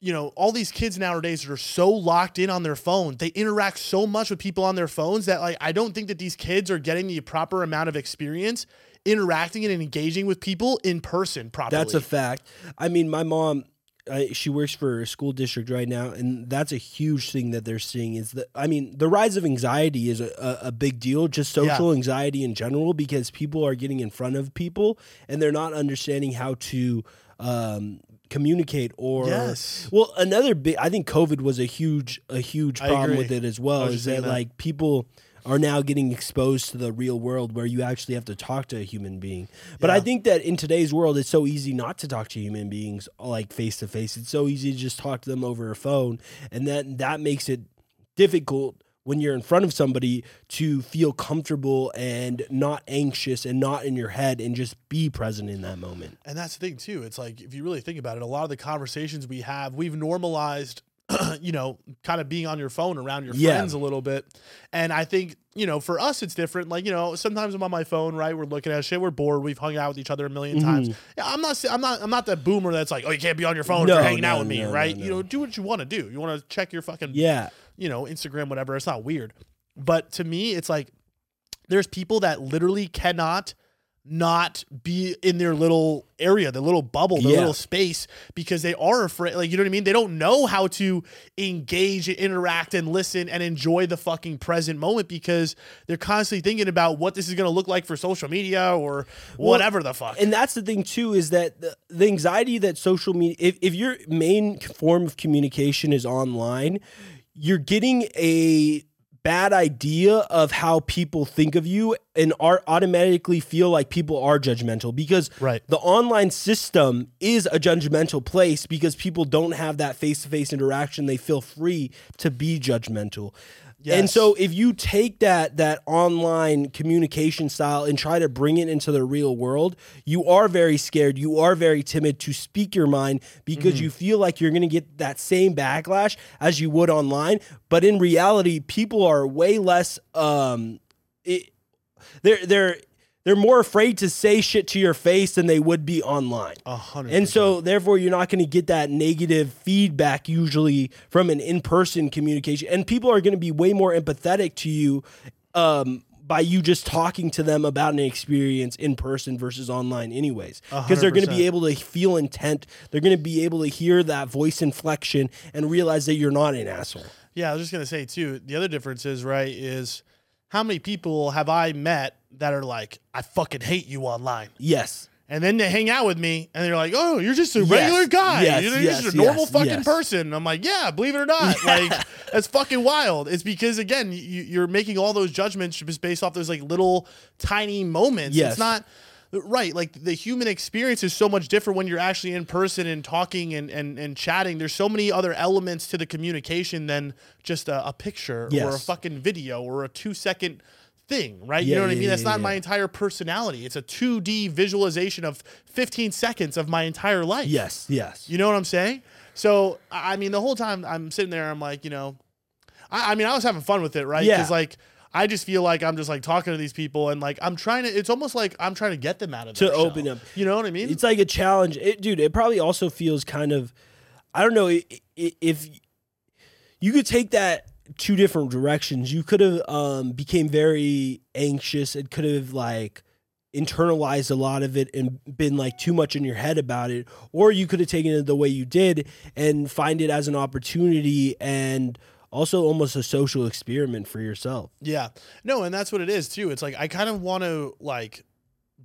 you know, all these kids nowadays are so locked in on their phone. They interact so much with people on their phones that like I don't think that these kids are getting the proper amount of experience interacting and engaging with people in person properly. That's a fact. I mean, my mom, I, she works for a school district right now, and that's a huge thing that they're seeing. Is that I mean, the rise of anxiety is a, a, a big deal, just social anxiety in general, because people are getting in front of people and they're not understanding how to um, communicate or. Yes. Well, another big, I think COVID was a huge, a huge I problem agree. with it as I well. was Is just saying that that. like people are now getting exposed to the real world where you actually have to talk to a human being. But I Yeah. think that in today's world, it's so easy not to talk to human beings like face to face. It's so easy to just talk to them over a phone, and that that makes it difficult when you're in front of somebody to feel comfortable and not anxious and not in your head and just be present in that moment. And that's the thing too. It's like if you really think about it, a lot of the conversations we have, we've normalized, you know, kind of being on your phone around your Yeah. friends a little bit. And I think you know, for us, it's different. Like you know, sometimes I'm on my phone, right? We're looking at shit. We're bored. We've hung out with each other a 1000000 Mm-hmm. times. Yeah, I'm not. sa- I'm not. I'm not that boomer that's like, oh, you can't be on your phone. if No, you're hanging no, out with me, no, right? no, You no. know, do what you want to do. You want to check your fucking Yeah, you know, Instagram, whatever. It's not weird. But to me, it's like there's people that literally cannot not be in their little area, their little bubble, their Yeah. little space because they are afraid. Like, you know what I mean? They don't know how to engage and interact and listen and enjoy the fucking present moment because they're constantly thinking about what this is going to look like for social media or whatever the fuck. and that's the thing too is that the, the anxiety that social media if, if your main form of communication is online you're getting a bad idea of how people think of you and are automatically feel like people are judgmental because Right. the online system is a judgmental place because people don't have that face-to-face interaction they feel free to be judgmental and Yes. so if you take that that online communication style and try to bring it into the real world, you are very scared, you are very timid to speak your mind because you feel like you're going to get that same backlash as you would online, but in reality people are way less um it, they're they're they're more afraid to say shit to your face than they would be online. A hundred And so, therefore, you're not going to get that negative feedback usually from an in person communication. And people are going to be way more empathetic to you um, by you just talking to them about an experience in person versus online, anyways. Because they're going to be able to feel intent. They're going to be able to hear that voice inflection and realize that you're not an asshole. Yeah, I was just gonna say too. The other difference is right is how many people have I met that are like, I fucking hate you online. Yes. and then they hang out with me, and they're like, "Oh, you're just a Yes, regular guy. yes, you're just yes, a normal yes, fucking yes. person." And I'm like, "Yeah, believe it or not, like that's fucking wild." It's because again, you, you're making all those judgments just based off those like little tiny moments. Yes. It's not right. Like the human experience is so much different when you're actually in person and talking and and, and chatting. There's so many other elements to the communication than just a, a picture or a Yes. fucking video or a two second thing, right? you Yeah, know what I yeah, mean? That's yeah, not yeah. my entire personality. It's a 2D visualization of 15 seconds of my entire life. Yes, yes. You know what I'm saying? So, I I mean, the whole time I'm sitting there, I'm like, you know, I, I mean, I was having fun with it, right? Yeah. Because, like, I just feel like I'm just like talking to these people and like I'm trying to, it's almost like I'm trying to get them out of To their open shell. up. You know what I mean? It's like a challenge, it, dude. It probably also feels kind of, I don't know, i- i- if you could take that two different directions. You could have um, became very anxious. It could have like internalized a lot of it and been like too much in your head about it, or you could have taken it the way you did and find it as an opportunity and also almost a social experiment for yourself. Yeah. No, and that's what it is too. It's like I kind of want to like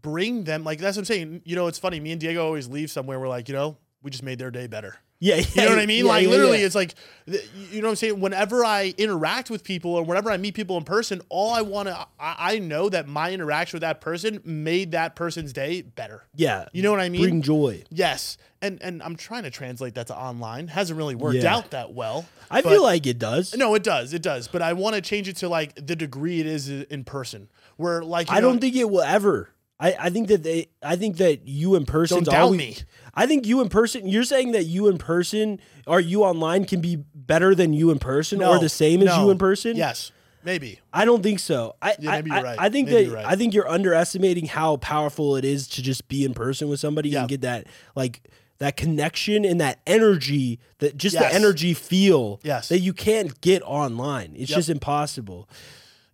bring them like that's what I'm saying. You know, it's funny. Me and Diego always leave somewhere. We're like, you know, we just made their day better. Yeah, You know what I mean? like literally, it's. it's like th- you know what I'm saying. Whenever I interact with people or whenever I meet people in person, all I want to I, I know that my interaction with that person made that person's day better. Yeah. You know what I mean? Bring joy. yes. And and I'm trying to translate that to online. Hasn't really worked Yeah. out that well. I but- feel like it does. no, it does. It does. But I want to change it to like the degree it is i- in person, where like you I know, don't think it will ever. I, I think that they I think that you in person Don't doubt always, me. I think you in person you're saying that you in person or you online can be better than you in person or No, the same as you no. in person. Yes, maybe. I don't think so. I Yeah, maybe I, you're I- right. I think Maybe that you're right. I think you're underestimating how powerful it is to just be in person with somebody Yeah. and get that like that connection and that energy that just Yes. the energy feel Yes. that you can't get online. It's just impossible.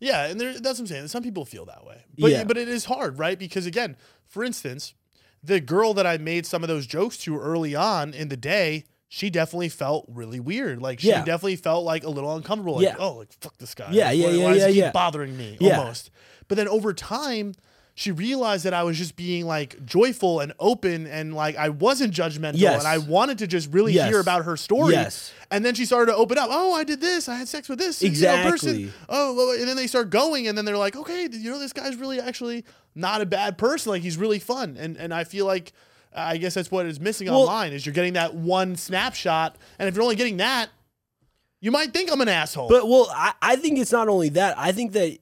Yeah, and there, that's what I'm saying. Some people feel that way, but Yeah. but it is hard, right? Because again, for instance, the girl that I made some of those jokes to early on in the day, she definitely felt really weird. Like she Yeah. definitely felt like a little uncomfortable. Like, Yeah. oh, like fuck this guy. Yeah, Like, yeah, why, yeah, why does yeah, he keep yeah. bothering me Yeah. almost? But then over time. She realized that I was just being like joyful and open, and like I wasn't judgmental, Yes. and I wanted to just really Yes. hear about her story. Yes. And then she started to open up. Oh, I did this. I had sex with this you know, person. Exactly. Oh, well, and then they start going, and then they're like, okay, you know, this guy's really actually not a bad person. Like he's really fun, and and I feel like. I guess that's what is missing Well- online is you're getting that one snapshot, and if you're only getting that, you might think I'm an asshole. But well, I, I think it's not only that. I think that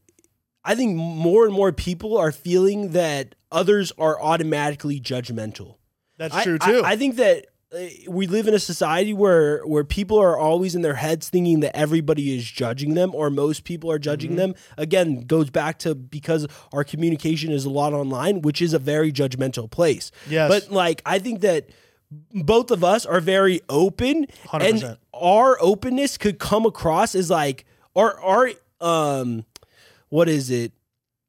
I think more and more people are feeling that others are automatically judgmental. that's I- true I- too. I, think that uh, we live in a society where where people are always in their heads thinking that everybody is judging them or most people are judging Mm-hmm. them. Again, goes back to because our communication is a lot online, which is a very judgmental place. Yes. But like I think that both of us are very open 100%. and our openness could come across as like our our um what is it?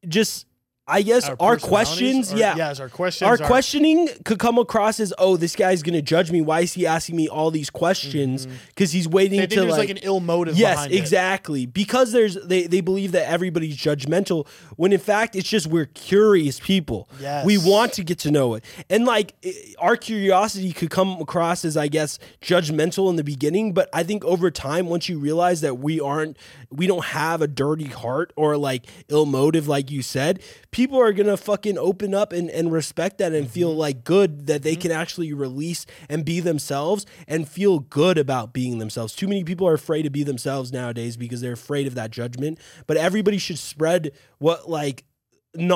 Just I guess our, personalities questions, are- yeah, yes, our questions, our are- questioning could come across as, oh, this guy's gonna judge me. Why is he asking me all these questions? Because he's waiting I Mm-hmm. think to there's like, like, an ill motive. yes, behind it. exactly. Because there's they they believe that everybody's judgmental when in fact it's just we're curious people. Yes. we want to get to know it, and like i- our curiosity could come across as I guess judgmental in the beginning, but I think over time, once you realize that we aren't, we don't have a dirty heart or like ill motive, like you said, people are gonna fucking open up and and respect that and feel like good that they can actually release and be themselves and feel good about being themselves. Too many people are afraid to be themselves nowadays because they're afraid of that judgment. But everybody should spread what like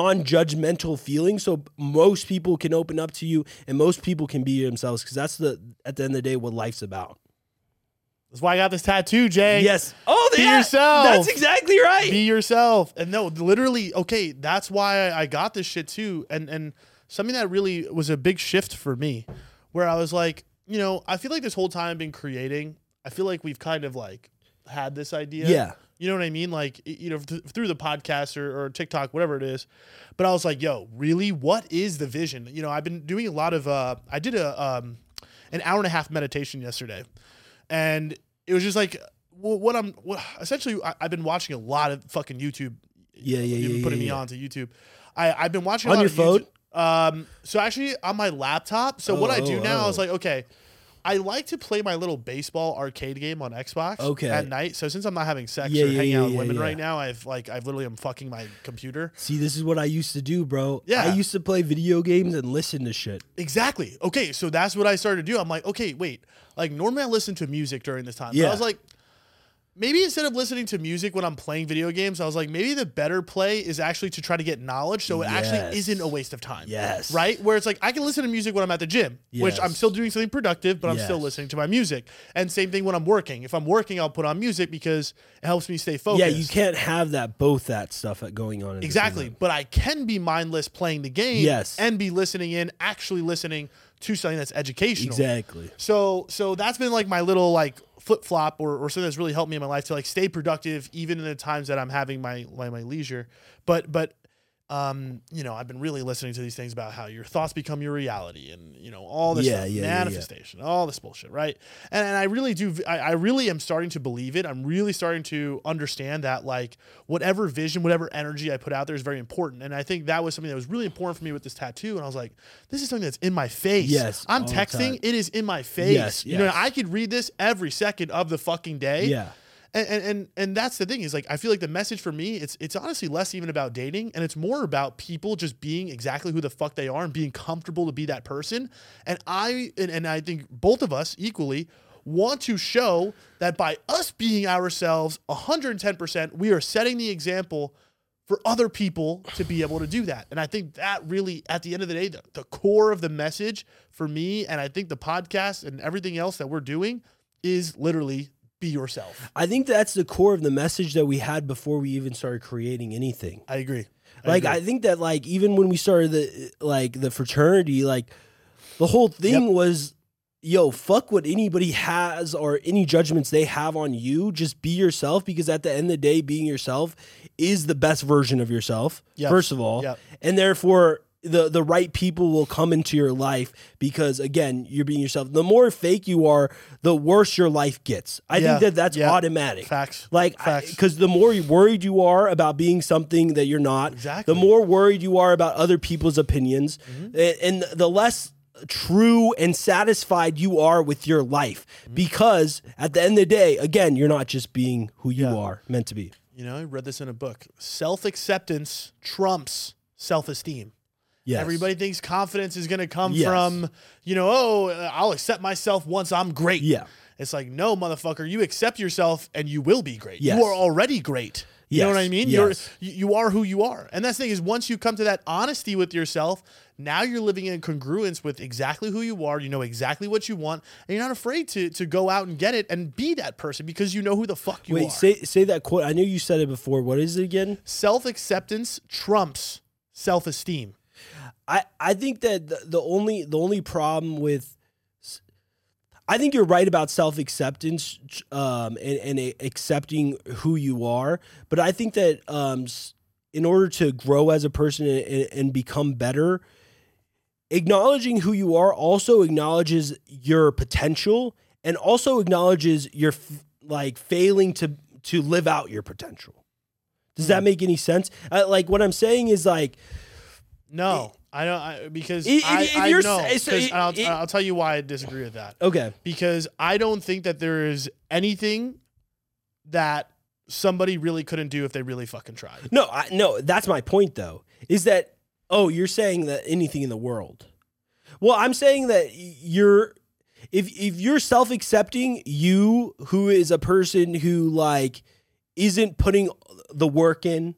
non-judgmental feeling so most people can open up to you and most people can be themselves because that's the at the end of the day what life's about That's why I got this tattoo, Jay. yes oh Be yeah, yourself. that's exactly right be yourself and no literally okay that's why i got this shit too and and something that really was a big shift for me where i was like you know i feel like this whole time i've been creating i feel like we've kind of like had this idea Yeah. you know what i mean like y- you know th- through the podcast or, or tiktok whatever it is but i was like yo really what is the vision you know i've been doing a lot of uh i did a um an hour and a half meditation yesterday and it was just like wh- what I'm what, essentially I, I've been watching a lot of fucking YouTube. Yeah, yeah, You've been yeah, Putting yeah, me yeah. onto YouTube. I I've been watching a on lot your of phone YouTube- Um, so actually on my laptop. So what I do Oh, now is oh. like, okay, I like to play my little baseball arcade game on Xbox Okay. at night. So since I'm not having sex Yeah, or yeah, hanging yeah, out with yeah, women yeah. right now, I've like I've literally am fucking my computer. See, this is what I used to do, bro. Yeah. I used to play video games and listen to shit. Exactly. Okay, so that's what I started to do. I'm like, okay, wait. Like normally I listen to music during this time. But I Yeah. was like, maybe instead of listening to music when I'm playing video games, I was like, maybe the better play is actually to try to get knowledge so it Yes. actually isn't a waste of time. Yes. Right? Where it's like I can listen to music when I'm at the gym, which I'm Yes. still doing something productive, but I'm still Yes. listening to my music. And same thing when I'm working. If I'm working, I'll put on music because it helps me stay focused. Yeah, you can't have that both that stuff at- going on. at the same Exactly. time. But I can be mindless playing the game Yes. and be listening in, actually listening to something that's educational. Exactly. So so that's been like my little like flip flop or, or something that's really helped me in my life to like stay productive even in the times that I'm having my my, my leisure. But but um, you know, I've been really listening to these things about how your thoughts become your reality and you know, all this Yeah, stuff, yeah, yeah, yeah. manifestation, all this bullshit, right? And and I really do I, I really am starting to believe it. I'm really starting to understand that like whatever vision, whatever energy I put out there is very important. And I think that was something that was really important for me with this tattoo. And I was like, this is something that's in my face. Yes, I'm all the time. texting, it is in my face. Yes, You know, yes. I could read this every second of the fucking day. Yeah. And, and and and that's the thing is like I feel like the message for me it's it's honestly less even about dating and it's more about people just being exactly who the fuck they are and being comfortable to be that person. And I and, and I think both of us equally want to show that by us being ourselves 110%, we are setting the example for other people to be able to do that. And I think that really, at the end of the day, the, the core of the message for me, and I think the podcast and everything else that we're doing is literally be yourself. I think that's the core of the message that we had before we even started creating anything. I agree. like agree. I think that like even when we started the like the fraternity, like the whole thing was yo, fuck what anybody has or any judgments they have on you. Just be yourself because at the end of the day, being yourself is the best version of yourself, Yep. first of all. Yep. And therefore the the right people will come into your life because again, you're being yourself. The more fake you are, the worse your life gets. I Yeah. think that that's Yeah. automatic. facts. Like, Facts. because the more you- worried you are about being something that you're not, Exactly. Mm-hmm. the more worried you are about other people's opinions, a- and, the less true and satisfied you are with your life. Mm-hmm. Because at the end of the day, again, you're not just being who you are meant to be. You know, I read this in a book. Self acceptance trumps self esteem. Yes. Everybody thinks confidence is going to come Yes. from, you know, oh, uh, I'll accept myself once I'm great. Yeah. It's like, no, motherfucker, you accept yourself and you will be great. Yes. You are already great. You know Yes, what I mean? yes. You're, you you are who you are. And that's the thing is, once you come to that honesty with yourself, now you're living in congruence with exactly who you are. You know exactly what you want, and you're not afraid to to go out and get it and be that person because you know who the fuck you Wait, are. say say that quote. I know you said it before. What is it again? self acceptance trumps self esteem. I I think that the, the only the only problem with I think you're right about self acceptance um, and, and a- accepting who you are, but I think that um, s- in order to grow as a person and, and- and become better, acknowledging who you are also acknowledges your potential and also acknowledges your f- like failing to to live out your potential. Does that make any sense? Uh, like what I'm saying is like No, I don't I, because It- it- I, it- I you're know. s- so 'cause it- I'll, it- I'll tell you why I disagree with that. okay. Because I don't think that there is anything that somebody really couldn't do if they really fucking tried. No, I, no, that's my point though. Is that oh, you're saying that anything in the world. Well, I'm saying that y- you're if if you're self-accepting, you who is a person who like isn't putting the work in,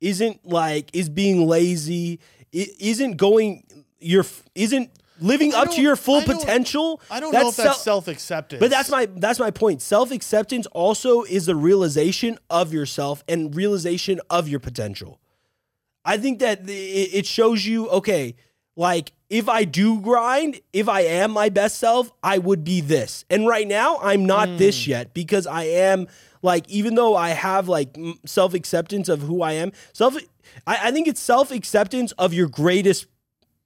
isn't like is being lazy, i- isn't going your f- isn't living I up to don't- your full I don't- potential. I don't know if that's self- self acceptance. but that's my that's my point. Self acceptance also is the realization of yourself and realization of your potential. I think that the, it it shows you okay, like if I do grind, if I am my best self, I would be this. And right now, I'm not this yet because I am like even though I have like self acceptance of who I am, self I, I think it's self acceptance of your greatest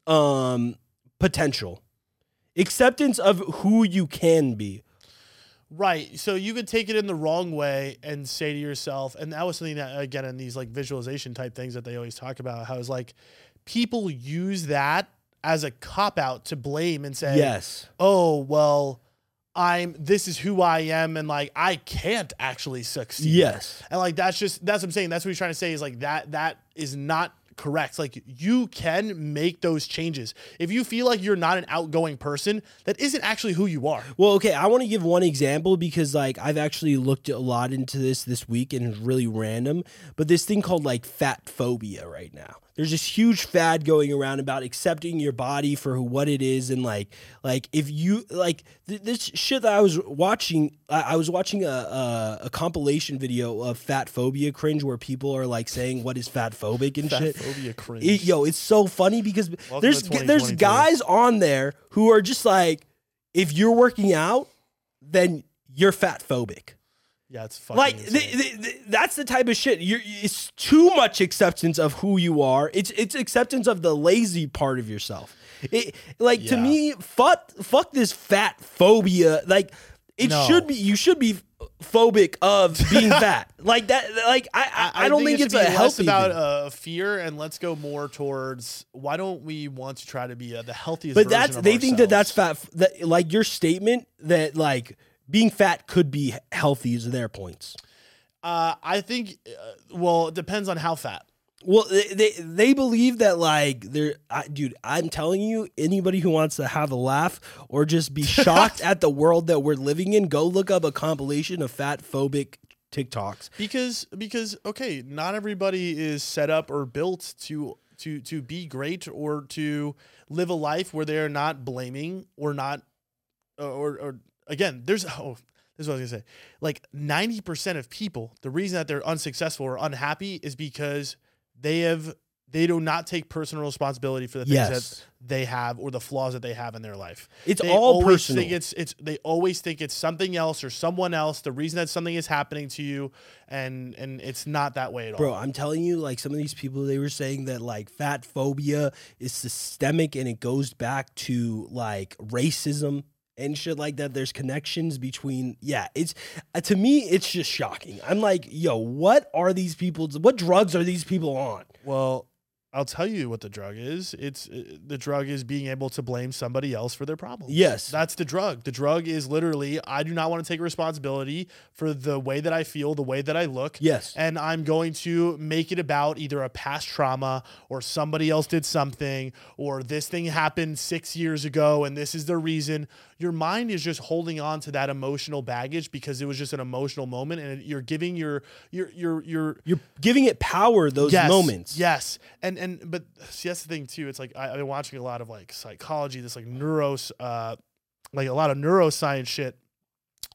um potential acceptance of who you can be. Right. So you could take it in the wrong way and say to yourself, and that was something that again in these like visualization type things that they always talk about, how it's like people use that as a cop out to blame and say, yes. oh well i'm this is who i am and like i can't actually succeed Yes. and like that's just that's what i'm saying that's what he's trying to say is like that that is not correct like you can make those changes if you feel like you're not an outgoing person that isn't actually who you are Well, okay, I want to give one example because like I've actually looked a lot into this this week and it's really random, but this thing called like fat phobia right now. There's this huge fad going around about accepting your body for who- what it is and like like if you like th- this shit that I was watching I, I was watching a, a a compilation video of fat phobia cringe where people are like saying what is fat phobic and shit. phobia cringe It- yo, it's so funny because there's to there's 2022. guys on there who are just like, if you're working out, then you're fat phobic. yeah it's fucking Like insane. th- th- th- that's the type of shit. You're, it's too much acceptance of who you are. It's it's acceptance of the lazy part of yourself. It, like to Yeah. me, fuck fuck this fat phobia. Like it No. should be you should be phobic of being fat. Like that. Like I I, I don't think, it it's should a be less healthy about thing. uh, fear and let's go more towards why don't we want to try to be uh, the healthiest but version that's of they think that that's ourselves? fat that like your statement that like being fat could be healthy is their points Uh, I think, uh, well, it depends on how fat. well they they, they believe that like they're I, dude i'm telling you anybody who wants to have a laugh or just be shocked at the world that we're living in go look up a compilation of fat phobic tiktoks Because because okay, not everybody is set up or built to to to be great or to live a life where they're not blaming or not uh, or or again, there's oh this is what I was gonna say. Like ninety percent of people, the reason that they're unsuccessful or unhappy is because they have they do not take personal responsibility for the things Yes. that they have or the flaws that they have in their life. it's They all always personal Think it's it's they always think it's something else or someone else. The reason that something is happening to you, and and it's not that way at all. Bro, I'm telling you, like some of these people, they were saying that like fat phobia is systemic and it goes back to like racism and shit like that. There's connections between, yeah, it's uh, to me, it's just shocking. I'm like, yo, what are these people? What drugs are these people on? Well, I'll tell you what the drug is. It's uh, the drug is being able to blame somebody else for their problems. Yes. That's the drug. The drug is literally I do not want to take responsibility for the way that I feel, the way that I look. Yes. and I'm going to make it about either a past trauma or somebody else did something or this thing happened six years ago and this is the reason. Your mind is just holding on to that emotional baggage because it was just an emotional moment and you're giving your your your your You're giving it power those yes, moments. Yes, and and but see that's the thing too. It's like I, I've been watching a lot of like psychology, this like neuros, uh, like a lot of neuroscience shit.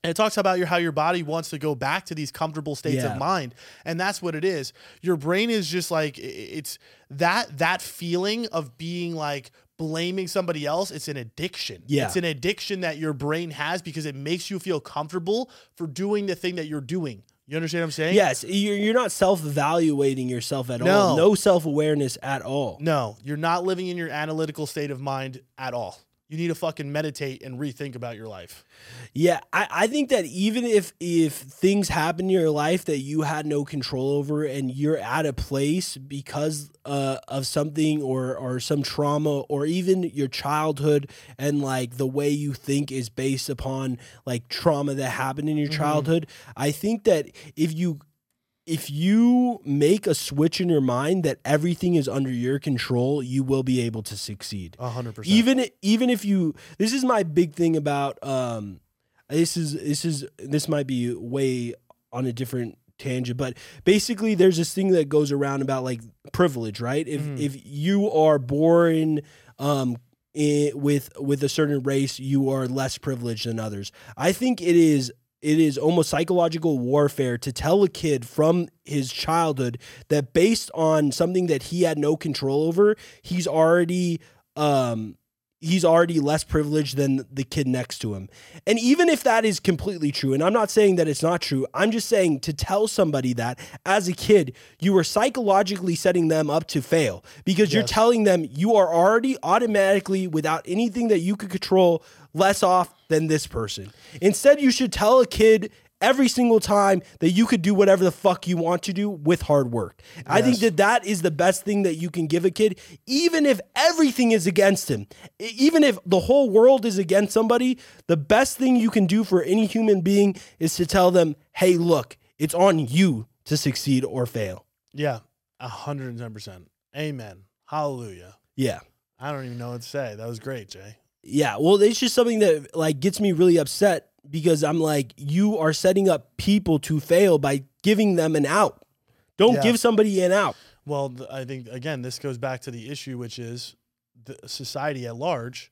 And it talks about your how your body wants to go back to these comfortable states Yeah. of mind, and that's what it is. Your brain is just like i- i- it's that that feeling of being like blaming somebody else. It's an addiction. Yeah. it's an addiction that your brain has because it makes you feel comfortable for doing the thing that you're doing. You understand what I'm saying? Yes. You're, you're not self evaluating yourself at all. No. No self awareness at all. No, you're not living in your analytical state of mind at all. You need to fucking meditate and rethink about your life. Yeah, I, I think that even if if things happen in your life that you had no control over and you're at a place because uh, of something or or some trauma or even your childhood and like the way you think is based upon like trauma that happened in your childhood, I think that if you if you make a switch in your mind that everything is under your control, you will be able to succeed A hundred percent. even even if you this is my big thing about um this is this is this might be way on a different tangent but basically there's this thing that goes around about like privilege right if Mhm. if you are born um i with with a certain race you are less privileged than others i think it is it is almost psychological warfare to tell a kid from his childhood that based on something that he had no control over he's already um he's already less privileged than the kid next to him. And even if that is completely true, and I'm not saying that it's not true, I'm just saying to tell somebody that as a kid, you were psychologically setting them up to fail because you're Yes. telling them you are already automatically, without anything that you could control, less off than this person. Instead, you should tell a kid every single time that you could do whatever the fuck you want to do with hard work. I think that that is the best thing that you can give a kid, even if everything is against him, E- even if the whole world is against somebody. The best thing you can do for any human being is to tell them, hey, look, it's on you to succeed or fail. Yeah, a hundred and ten percent. Amen. Hallelujah. Yeah. I don't even know what to say. That was great, Jay. Yeah, well, it's just something that like gets me really upset because I'm like, you are setting up people to fail by giving them an out. Don't Yeah. give somebody an out. Well, th- I think again this goes back to the issue, which is the society at large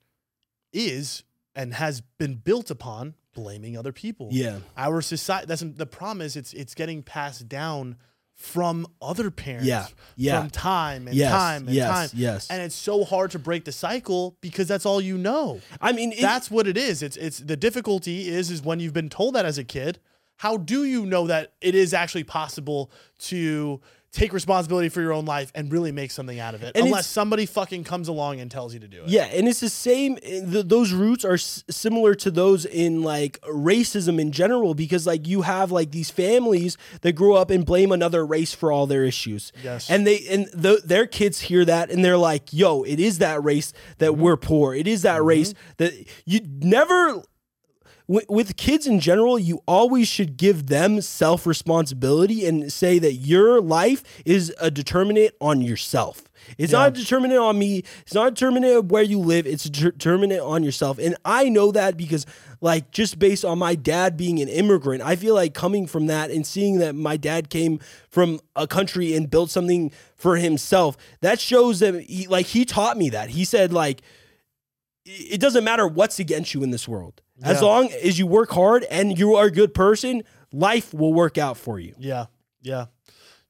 is and has been built upon blaming other people. Yeah, our society. That's the problem. Is it's it's getting passed down from other parents. Yeah, yeah. From time and yes, time and yes, time. yes. And it's so hard to break the cycle because that's all you know. I mean, it, that's what it is. It's it's the difficulty is is when you've been told that as a kid, how do you know that it is actually possible to take responsibility for your own life and really make something out of it And unless it's- somebody fucking comes along and tells you to do it. Yeah, and it's the same. Th- those roots are s- similar to those in like racism in general, because like you have like these families that grow up and blame another race for all their issues. Yes. and they and th- their kids hear that and they're like, "Yo, it is that race that we're poor. It is that race that you never." With, with kids in general, you always should give them self responsibility and say that your life is a determinant on yourself. It's not a determinant on me. It's not a determinant of where you live. It's a deter- determinant on yourself. And I know that because, like, just based on my dad being an immigrant, I feel like coming from that and seeing that my dad came from a country and built something for himself, that shows that, he, like, he taught me that. He said, like, it doesn't matter what's against you in this world. As Yeah. long as you work hard and you are a good person, life will work out for you. Yeah. Yeah.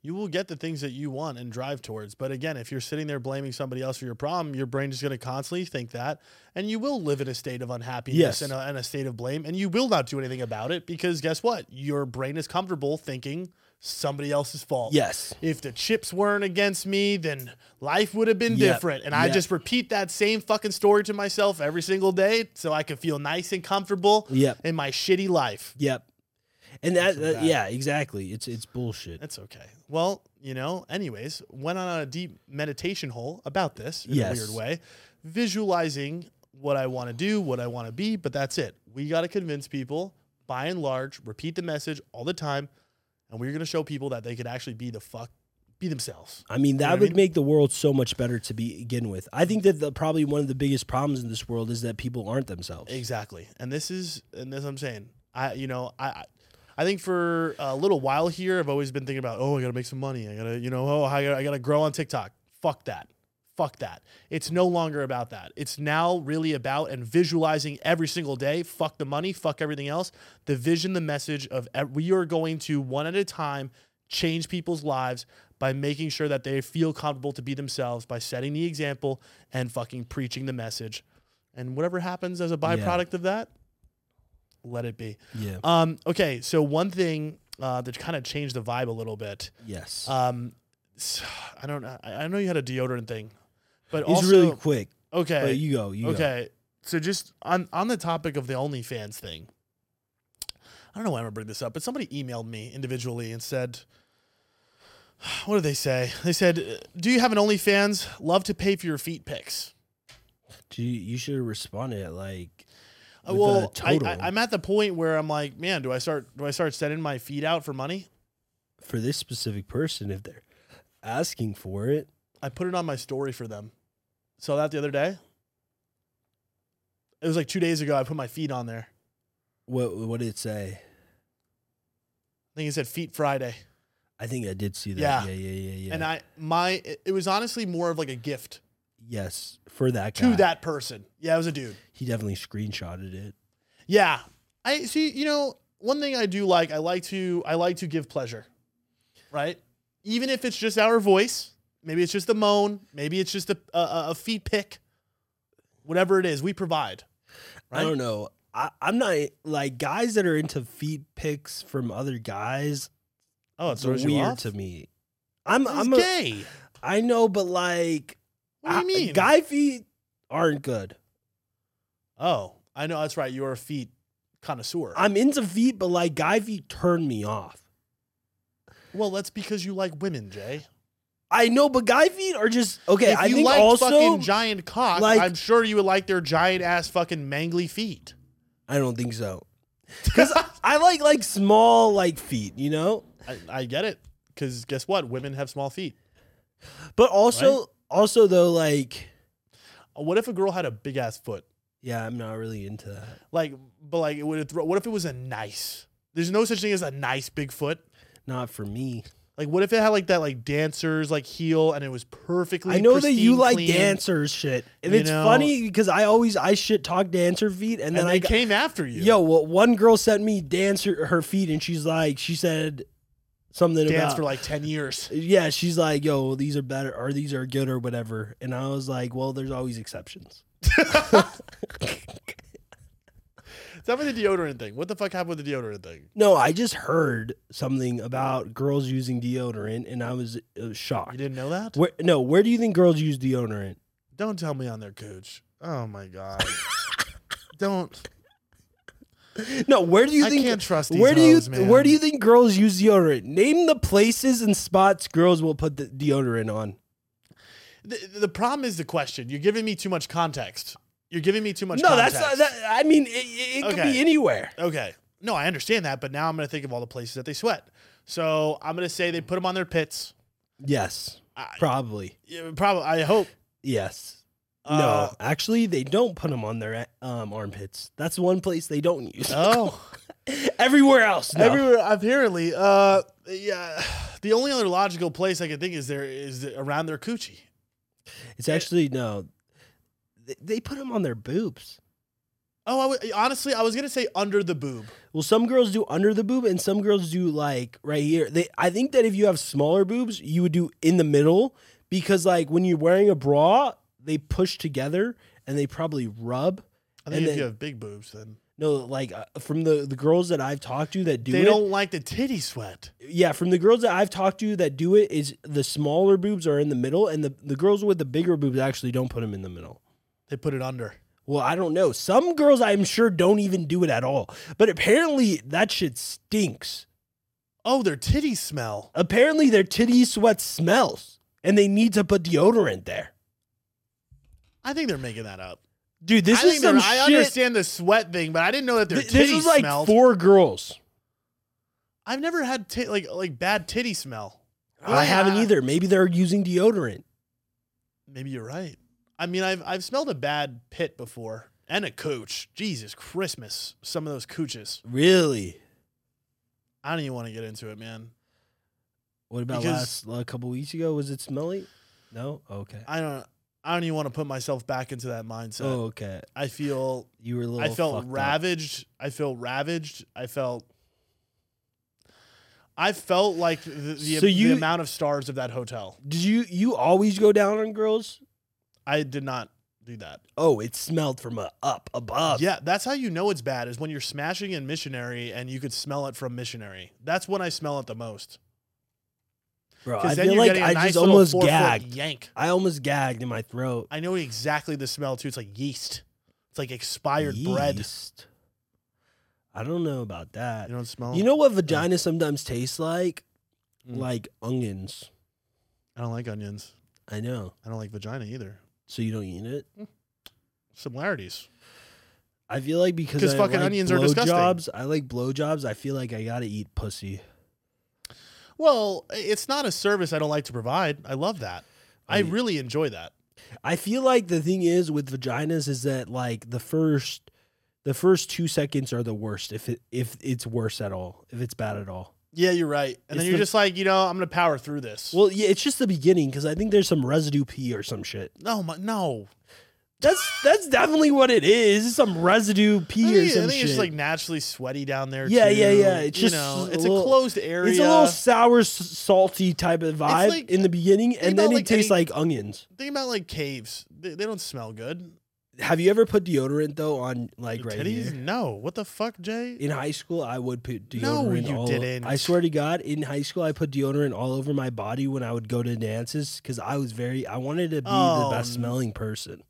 You will get the things that you want and drive towards. But again, if you're sitting there blaming somebody else for your problem, your brain is going to constantly think that. And you will live in a state of unhappiness Yes. and, a, and a state of blame. And you will not do anything about it because guess what? Your brain is comfortable thinking somebody else's fault. Yes. If the chips weren't against me, then life would have been Yep. different. And I Yep. just repeat that same fucking story to myself every single day so I can feel nice and comfortable Yep. in my shitty life. Yep. And that, That's that- bad. yeah, exactly. It's it's bullshit. That's okay. Well, you know, anyways, went on a deep meditation hole about this in Yes. a weird way, visualizing what I want to do, what I want to be, but that's it. We got to convince people, by and large, repeat the message all the time, and we're going to show people that they could actually be the fuck, be themselves. I mean, that what I would mean? make the world so much better to begin with. I think that the, probably one of the biggest problems in this world is that people aren't themselves. Exactly. And this is, and this I'm saying, I, you know, I, I- I think for a little while here, I've always been thinking about, oh, I gotta make some money. I gotta, you know, oh, I gotta, I gotta grow on TikTok. Fuck that. Fuck that. It's no longer about that. It's now really about and visualizing every single day. Fuck the money. Fuck everything else. The vision, the message of ev- we are going to one at a time change people's lives by making sure that they feel comfortable to be themselves by setting the example and fucking preaching the message. And whatever happens as a byproduct of that, let it be. Yeah. Um, okay, so one thing uh, that kind of changed the vibe a little bit. yes. Um, s- I don't know. I I know you had a deodorant thing, but it's also really quick. okay. But you go. You go. Okay. So just on on the topic of the OnlyFans thing, I don't know why I'm gonna bring this up, but somebody emailed me individually and said, "What did they say? They said, do you have an OnlyFans? Love to pay for your feet pics.'" Do you, you should have responded like. Uh, with a well, I, total. I, I'm at the point where I'm like, man, do I start do I start sending my feet out for money? for this specific person if they're asking for it. I put it on my story for them. Saw that the other day. It was like two days ago. I put my feet on there. What what did it say? I think it said Feet Friday, I think I did see that. Yeah, Yeah. yeah, yeah, yeah. and I my it- it was honestly more of like a gift yes, for that to guy. that person. Yeah, it was a dude. he definitely screenshotted it. Yeah, I see. You know, one thing I do like, I like to I like to give pleasure, right? Even if it's just our voice, maybe it's just a moan, maybe it's just a a, a- a feet pick, whatever it is, we provide. Right? I don't know. I, I'm not like guys that are into feet pics from other guys. Oh, It's it's weird. You weird off? to me. I'm This is I'm a, gay. I know, but like, What do you I- mean? guy feet aren't good. Oh, I know that's right. You are a feet connoisseur. I'm into feet, but like guy feet turn me off. well, that's because you like women, Jay. I know, but guy feet are just okay. if I you think like also fucking giant cock, like- I'm sure you would like their giant ass fucking mangly feet. I don't think so. Because I like like small like feet, you know. I, I get it. Because guess what? Women have small feet. But also, also though, like What if a girl had a big ass foot? yeah, I'm not really into that. Like, but like, it would throw, what if it was a nice? There's no such thing as a nice big foot. Not for me. Like, what if it had like that, like dancers, like heel, and it was perfectly. I know that you pristine, like clean, dancers shit, and You it's know? funny because I always I shit talk dancer feet, and and, then they I got, came after you. yo, well, one girl sent me dancer her feet, and she's like, she said something dance about for like ten years. yeah, she's like, yo, these are better, or these are good, or whatever, and I was like, well, there's always exceptions. Tell me the deodorant thing. What the fuck happened with the deodorant thing? No, I just heard something about girls using deodorant, and I was uh, You shocked. didn't know that? Where, no, where do you think girls use deodorant? Don't tell me on their cooch. Oh my god. Don't. No, where do you I think? can't trust these where do you hoes, man. where do you think girls use deodorant? Name the places and spots girls will put the deodorant on. The, the problem is the question. You're giving me too much context. You're giving me too much. no, context. that's not, that. I mean, it, it, it could Okay. be anywhere. Okay. No, I understand that, but now I'm going to think of all the places that they sweat. So I'm going to say they put them on their pits. Yes, I- probably. Probably. I hope. Yes. Uh, no, actually, they don't put them on their um, armpits. That's one place they don't use. Oh. Everywhere else, no. Everywhere apparently, uh, yeah. The only other logical place I could think is there is around their coochie. it's actually no. They, they put them on their boobs. Oh, I w- honestly, I was gonna say under the boob. Well, some girls do under the boob, and some girls do like right here. They, I think that if you have smaller boobs, you would do in the middle because, like, when you're wearing a bra, they push together and they probably rub. I think And if then- you have big boobs, then No, like uh, from the the girls that I've talked to that do they it, don't like the titty sweat. yeah, from the girls that I've talked to that do it, is the smaller boobs are in the middle, and the the girls with the bigger boobs actually don't put them in the middle. They put it under. Well, I don't know. Some girls, I'm sure, don't even do it at all. But apparently, that shit stinks. Oh, their titties smell. Apparently, their titty sweat smells, and they need to put deodorant there. I think they're making that up. Dude, this I is think they're- some I shit. understand the sweat thing, but I didn't know that their Th- titties This is like smelled. four girls. I've never had tit like like bad titty smell. I haven't Ah. either. Maybe they're using deodorant. Maybe you're right. I mean, I've I've smelled a bad pit before and a cooch. Jesus Christmas, some of those cooches. Really? I don't even want to get into it, man. What about Because- last a couple weeks ago? Was it smelly? No. Okay. I don't. I don't even want to put myself back into that mindset. oh, okay. I feel You were a little. I felt fucked up. ravaged. I feel ravaged. I felt. I felt like the, the, So the you- amount of stars of that hotel. Did you you always go down on girls? I did not do that. Oh, it smelled from a, up above. yeah, that's how you know it's bad is when you're smashing in missionary and you could smell it from missionary. That's when I smell it the most. bro. I Because then feel you're like getting a I nice just little almost four-foot gagged. yank. I almost gagged in my throat. I know exactly the smell too. It's like yeast. It's like expired bread. You Yeast. I don't know about that. don't smell. You know what vagina sometimes tastes like? Mm. Like onions. I don't like onions. I know. I don't like vagina either. So you don't eat it? Similarities. I feel like because 'Cause I fucking like onions are disgusting. blowjobs- I like blowjobs. I feel like I gotta eat pussy. Well, it's not a service I don't like to provide. I love that. I Mm. really enjoy that. I feel like the thing is with vaginas is that like the first, the first two seconds are the worst. If it if it's worse at all, if it's bad at all. Yeah, you're right. And It's then you're the- just like, you know, I'm gonna power through this. Well, yeah, it's just the beginning because I think there's some residue pee or some shit. no, my, no. That's that's definitely what it is. It's some residue I pee think, or some I think shit. it's just like naturally sweaty down there. Yeah, yeah, too. yeah. It's you just know, a it's a little- closed area. It's a little sour, s- salty type of vibe uh, like- in the beginning, and then about it like tastes any- like onions. Think about like caves. They, they don't smell good. Have you ever put deodorant though on like right Titties? here? No. What the fuck, Jay? In high school, I would put deodorant. No, you all- didn't. I swear to God, in high school, I put deodorant all over my body when I would go to dances because I was very. I wanted to be Oh, the best n- smelling person.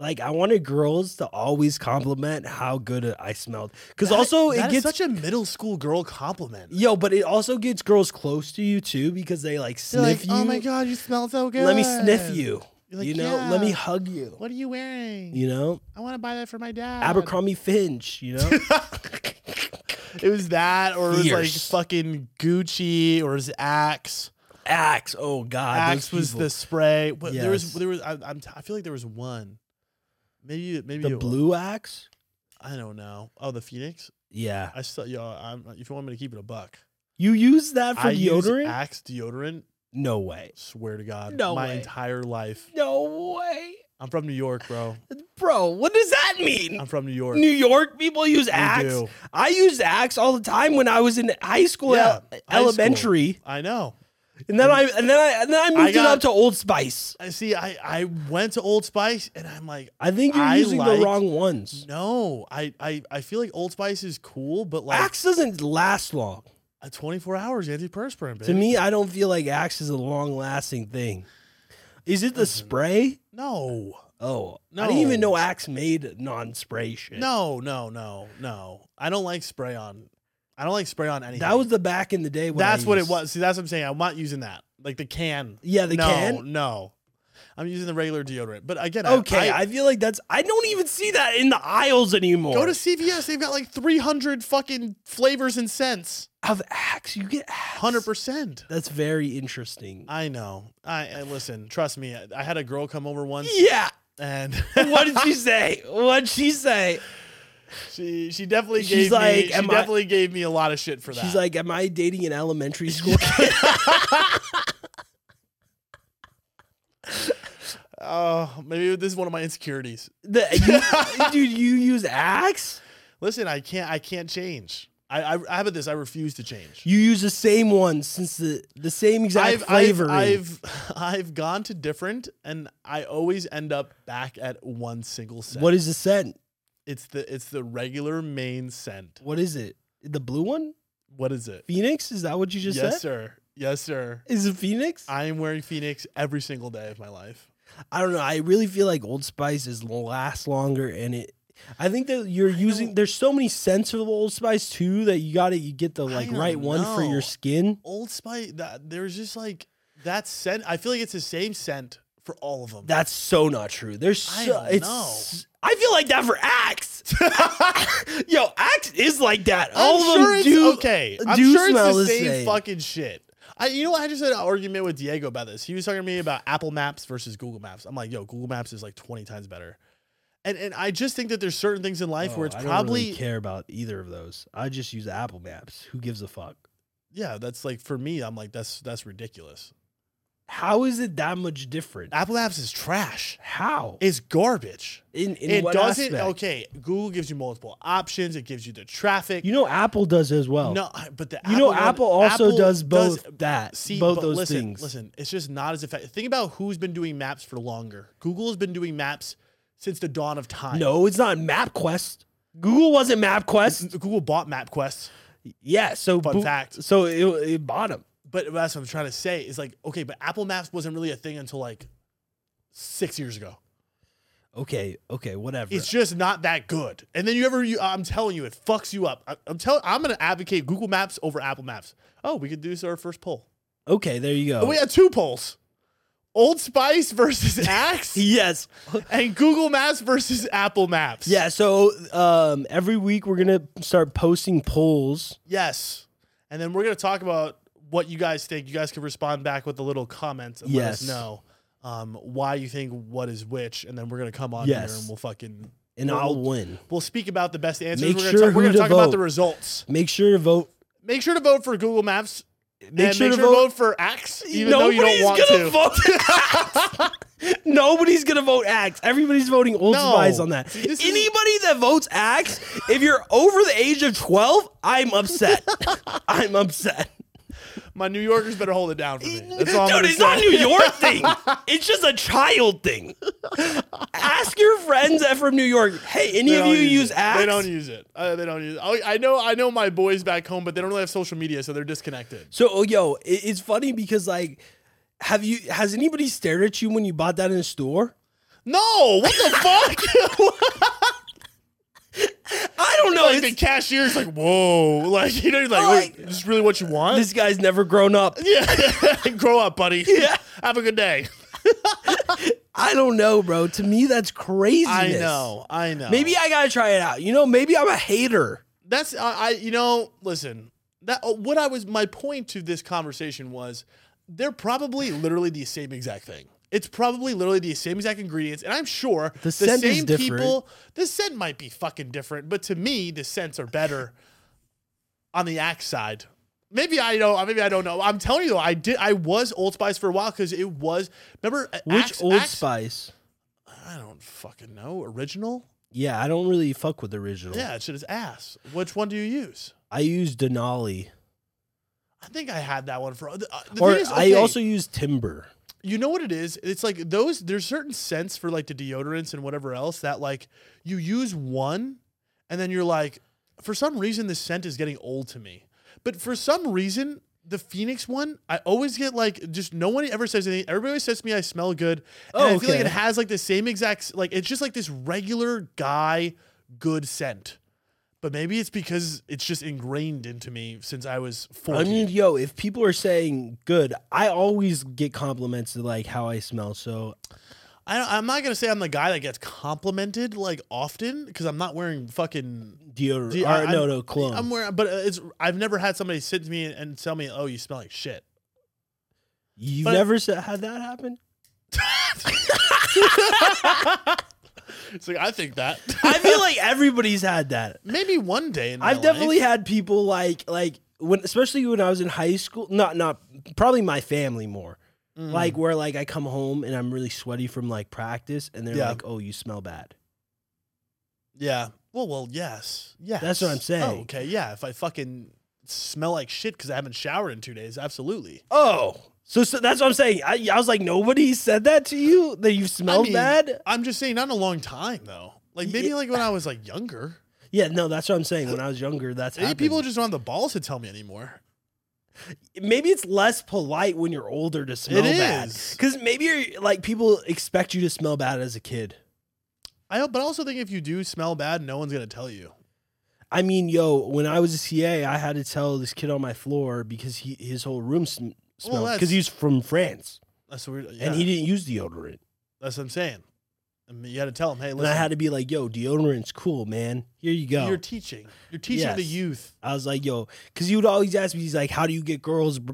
Like I wanted girls to always compliment how good I smelled, because That- also that it is gets such a middle school girl compliment. yo, but it also gets girls close to you too because they like They're sniff like, you. oh my god, you smell so good. Let me sniff you. You're like, you know, let me "Yeah. hug you. What are you wearing? You know, I want to buy that for my dad. Abercrombie Finch. You know, It was that, or it was like Fierce. fucking Gucci, or it was Axe. Axe. Oh God, Axe those was people. the spray. What, There was Yes. there was. I, I'm. T- I feel like there was one. Maybe maybe the it- blue axe. I don't know. Oh, the Phoenix. Yeah, I still yo. I'm, if you want me to keep it a buck, you use that for I use deodorant? Axe deodorant. no way. Swear to God, No my way. entire life. No way, I'm from New York, bro. bro. What does that mean? I'm from New York. New York people use We axe. do. I used axe all the time when I was in high school, Yeah, el- high elementary, I know. and then I and then I and then I moved it got- up to Old Spice. I see. I I went to Old Spice, and I'm like, I think you're I using like- the wrong ones. no. I I I feel like Old Spice is cool, but like axe doesn't last long. uh, 24 hours antiperspirant. Baby. To me, I don't feel like axe is a long lasting thing. Is it the spray? no. Oh, I didn't No. even know axe made non spray shit. No, no, no, no. I don't like spray on. I don't like spray on anything. that was the back in the day. When I that's what it used- was. See, that's what I'm saying. I'm not using that. Like the can. Yeah, the no, can. No, I'm using the regular deodorant. But again, I- Okay, I, I, feel like that's. I don't even see that in the aisles anymore. go to CVS. They've got like 300 fucking flavors and scents. of axe. You get axe. Hundred percent. That's very interesting. I know. I, I listen. Trust me. I, I had a girl come over once, yeah. and What did she say? What did she say? she she definitely She's gave like, me she "Am I-" definitely gave me a lot of shit for that. She's like, "Am I dating an elementary school kid?" oh, maybe this is one of my insecurities. The- you- dude, you use axe. Listen, I can't. I can't change. I, I how about this? I refuse to change. You use the same one since the the same exact I've, I've flavor. I've I've gone to different, and I always end up back at one single scent. What is the scent? It's the it's the regular main scent. What is it? The blue one? What is it? Phoenix? Is that what you just yes, said? sir. Yes, sir. Is it Phoenix? I, I am wearing Phoenix every single day of my life. don't know. I really feel like Old Spice is lasts longer, and it. I think that you're using. There's so many scents of Old Spice too that you got to You get the I like don't right one for know. your skin. Old Spice. That there's just like that scent. I feel like it's the same scent for all of them. That's so not true. There's so, I don't it's. I feel like that for Axe. Yo, Axe is like that. I'm All of sure them it's do. okay. I'm do sure it's smell the the same, same. fucking shit. I, you know what? I just had an argument with Diego about this. He was talking to me about Apple Maps versus Google Maps. I'm like, yo, Google Maps is like 20 times better. And and I just think that there's certain things in life where Oh, it's I don't probably really care about either of those. I just use Apple Maps. Who gives a fuck? yeah. That's like for me, I'm like that's that's ridiculous. How is it that much different? Apple Maps is trash. How? It's garbage. In, in it what doesn't. aspect? Okay, Google gives you multiple options. It gives you the traffic. You know Apple does as well. no, I- but the you know one- Apple also Apple does both that. See, both but those listen, things. Listen, it's just not as effective. Think about who's been doing maps for longer. Google has been doing maps since the dawn of time. No, it's not MapQuest. Google wasn't MapQuest. Google bought MapQuest, Yeah, so Fun bo- fact. So it, it bought 'em. but that's what I'm trying to say is like, okay, but Apple Maps wasn't really a thing until like six years ago. Okay, okay, whatever. It's just not that good. And then you ever, you, I'm telling you, it fucks you up. I, I'm telling, I'm gonna advocate Google Maps over Apple Maps. Oh, we could do this at our first poll. Oh, okay, there you go. We had two polls: Old Spice versus Axe, yes. and Google Maps versus Apple Maps. Yeah, so um, every week we're going to start posting polls. Yes. And then we're going to talk about what you guys think. You guys can respond back with a little comment and let us Yes. know um, why you think what is which. And then we're going to come on Yes. here and we'll fucking. And Well, I'll win. We'll speak about the best answers. Make we're sure gonna talk, we're who going to to talk about the vote. results. Make sure to vote. Make sure to vote for Google Maps. Make and sure make to sure vote- to vote for Axe, even though you don't want gonna to. vote. Nobody's gonna vote Axe. Everybody's voting Old No. Spice on that. See, this is- Anybody that votes Axe, if you're over the age of twelve, I'm upset. I'm upset. My New Yorkers better hold it down for me. That's all I'm Dude, gonna it's not a say. New York thing. It's just a child thing. Ask your friends that from New York. Hey, any They of don't you use it. Axe? They don't use it. Uh, they don't use it. I, I know. I know my boys back home, but they don't really have social media, so they're disconnected. So, oh, yo, it, it's funny because like, have you? Has anybody stared at you when you bought that in a store? No, what the fuck? I don't know. like it's- the cashier's like, whoa, like you know, you're like, Oh, wait, like- is this really what you want? this guy's never grown up. yeah, grow up, buddy. Yeah. have a good day. I don't know, bro. To me, that's craziness. I know, I know. Maybe I gotta try it out. You know, maybe I'm a hater. that's I, I you know listen that uh, what i was my point to this conversation was they're probably literally the same exact thing it's probably literally the same exact ingredients and i'm sure the, scent is same different. people the scent might be fucking different but to me the scents are better on the axe side Maybe I don't. Maybe I don't know. I'm telling you though, I did. I was Old Spice for a while because it was. Remember uh, Which Axe- Old Axe- Spice? I don't fucking know. Original. Yeah, I don't really fuck with original. Yeah, it shit is ass. Which one do you use? I use Denali, I think I had that one for. Uh, the thing or is, I okay, also use Timber. you know what it is? It's like those. There's certain scents for like the deodorants and whatever else that like you use one, and then you're like, for some reason this scent is getting old to me. But for some reason, the Phoenix one, I always get like just no one ever says anything. Everybody always says to me I smell good, and Oh, I feel like it okay. has like the same exact s- like it's just like this regular guy good scent. But maybe it's because it's just ingrained into me since I was 14. I mean, yo, if people are saying good, I always get compliments to like how I smell. So I don't, I'm not gonna say I'm the guy that gets complimented like often because I'm not wearing fucking. deodorant, Do you- or, I- no, I'm- no, cologne. I'm wearing, but it's. I've never had somebody sit to me and, and tell me, "Oh, you smell like shit." You've but- never said, had that happen. It's like I think that I feel like everybody's had that. maybe one day. In my I've definitely life. had people like like when especially when I was in high school, not not probably my family more. Mm. Like where like I come home and I'm really sweaty from like practice and they're Yeah. like, "Oh, you smell bad." yeah. Well, well, yes, yes. That's what I'm Oh, saying. okay, yeah. If I fucking smell like shit because I haven't showered in two days, absolutely. Oh. So, so that's what I'm saying. I, I was like, "Nobody said that to you that you smelled mean- bad?" I'm just saying, not in a long time though. Like maybe Yeah. like when I was like younger. Yeah, no, that's what I'm saying. When I was younger, that's Maybe happened. people just don't have the balls to tell me anymore. maybe it's less polite when you're older to smell bad. is. Cuz maybe you're like people expect you to smell bad as a kid. I hope- but I also think if you do smell bad, no one's gonna tell you. I mean, yo, when I was a CA, I had to tell this kid on my floor because he his whole room sm- smelled that's- because he's from France That's weird. and he didn't use deodorant. that's what I'm saying. I mean, you had to tell him, hey, And I listen, had to be like, yo, deodorant's cool, man. Here you go. you're teaching. You're teaching the Yes. youth. I was like, yo, because he would always ask me, he's like, how do you get girls? br-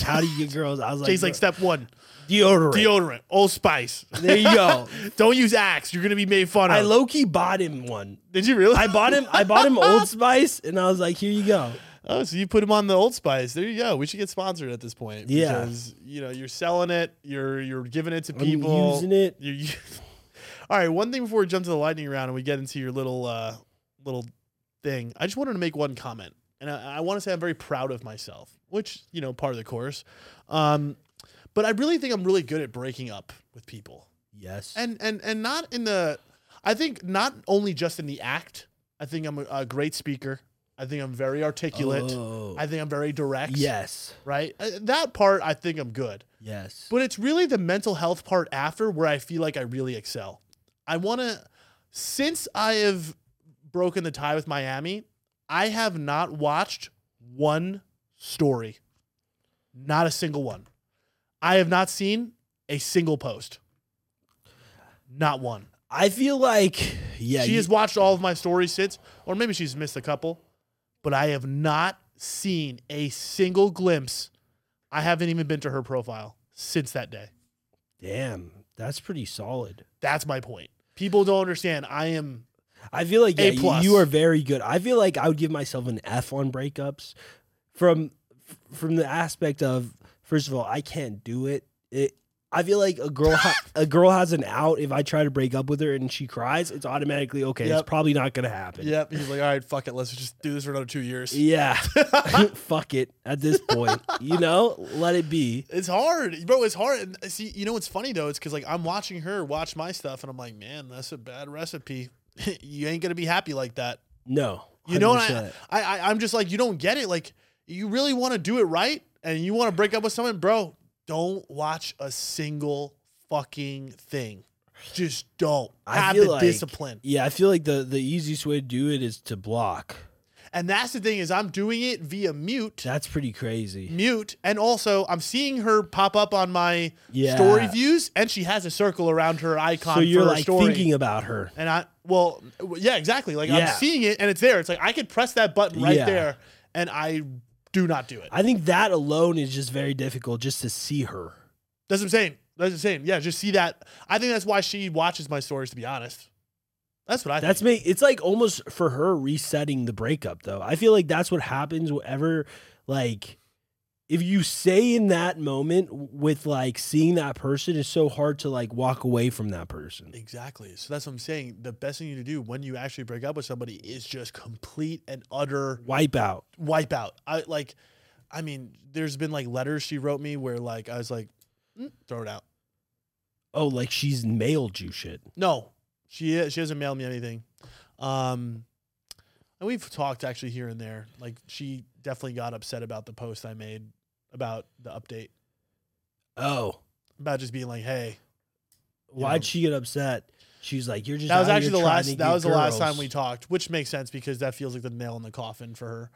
How do you get girls? I was like, uh, Jay's like, "Bro, step one, deodorant. deodorant, Old Spice. there you go. Don't use Axe. You're gonna be made fun of. I low key bought him one. Did you really? I bought him. I bought him Old Spice, and I was like, here you go. oh, so you put him on the Old Spice. There you go. We should get sponsored at this point. Yeah. because you know you're selling it. You're you're giving it to I'm people. using it. You're u- All right. One thing before we jump to the lightning round and we get into your little uh, little thing, I just wanted to make one comment, and I, I want to say I'm very proud of myself, which you know, part of the course. Um, but I really think I'm really good at breaking up with people, Yes. and and and not in the. I think not only just in the act. I think I'm a, a great speaker. I think I'm very articulate. Oh. I think I'm very direct. yes. Right. Uh, That part I think I'm good. Yes. But it's really the mental health part after where I feel like I really excel. I want to, since I have broken the tie with Miami, I have not watched one story, not a single one. I have not seen a single post, not one. I feel like yeah, she you- has watched all of my stories since, or maybe she's missed a couple, but I have not seen a single glimpse. I haven't even been to her profile since that day. Damn, that's pretty solid. That's my point. People don't understand. I am. I feel like A yeah, you, plus. you are very good. I feel like I would give myself an F on breakups from from the aspect of first of all, I can't do it. It I feel like a girl ha- a girl has an out if I try to break up with her and she cries, it's automatically okay. Yep. It's probably not going to happen. Yep. He's like, all right, fuck it. Let's just do this for another two years. Yeah. Fuck it at this point. You know, let it be. It's hard, bro. It's hard. And uh, see, you know what's funny though? It's because like I'm watching her watch my stuff, and I'm like, man, that's a bad recipe. you ain't gonna be happy like that. No. You know, and 100%. I, I, I, I'm just like, you don't get it. Like, you really want to do it right, and you want to break up with someone, bro. Don't watch a single fucking thing. Just don't I have feel the like- discipline. Yeah, I feel like the the easiest way to do it is to block. And that's the thing is I'm doing it via mute. That's pretty crazy. Mute. And also I'm seeing her pop up on my Yeah. story views and she has a circle around her icon So you're for her like story. thinking about her. and I well w- yeah, exactly. Like I'm Yeah. seeing it and it's there. It's like I could press that button right Yeah. there and I do not do it. I think that alone is just very difficult just to see her. That's what I'm saying. That's what I'm saying. Yeah, just see that. I think that's why she watches my stories to be honest. That's what I That's me. It's like almost for her resetting the breakup though. I feel like that's what happens whenever like if you say in that moment with like seeing that person it's so hard to like walk away from that person. Exactly. So that's what I'm saying. The best thing you can do when you actually break up with somebody is just complete and utter Wipe out. wipeout. I like, I mean, there's been like letters she wrote me where like I was like, "Mm, throw it out. Oh, like she's mailed you shit. No, she she hasn't mailed me anything. Um, and we've talked actually here and there. Like she definitely got upset about the post I made about the update Oh, about just being like, hey, why'd know. she get upset? She's like, you're just that was out actually here the trying to last that get was the last time girls. we talked, which makes sense because that feels like the nail in the coffin for her.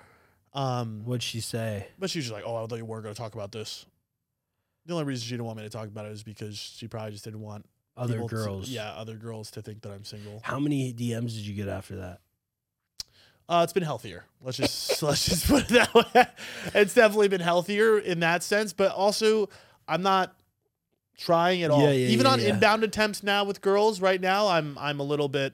Um, What'd she say? But she was just like, "Oh, I thought you weren't going to talk about this." The only reason she didn't want me to talk about it is because she probably just didn't want Other people to- girls. yeah, other girls to think that I'm single. How many DMs did you get after that? Uh, it's been healthier. Let's just let's just put it that way. it's definitely been healthier in that sense, but also I'm not trying at all. Yeah, yeah, Even yeah, on yeah. inbound attempts now with girls right now, I'm I'm a little bit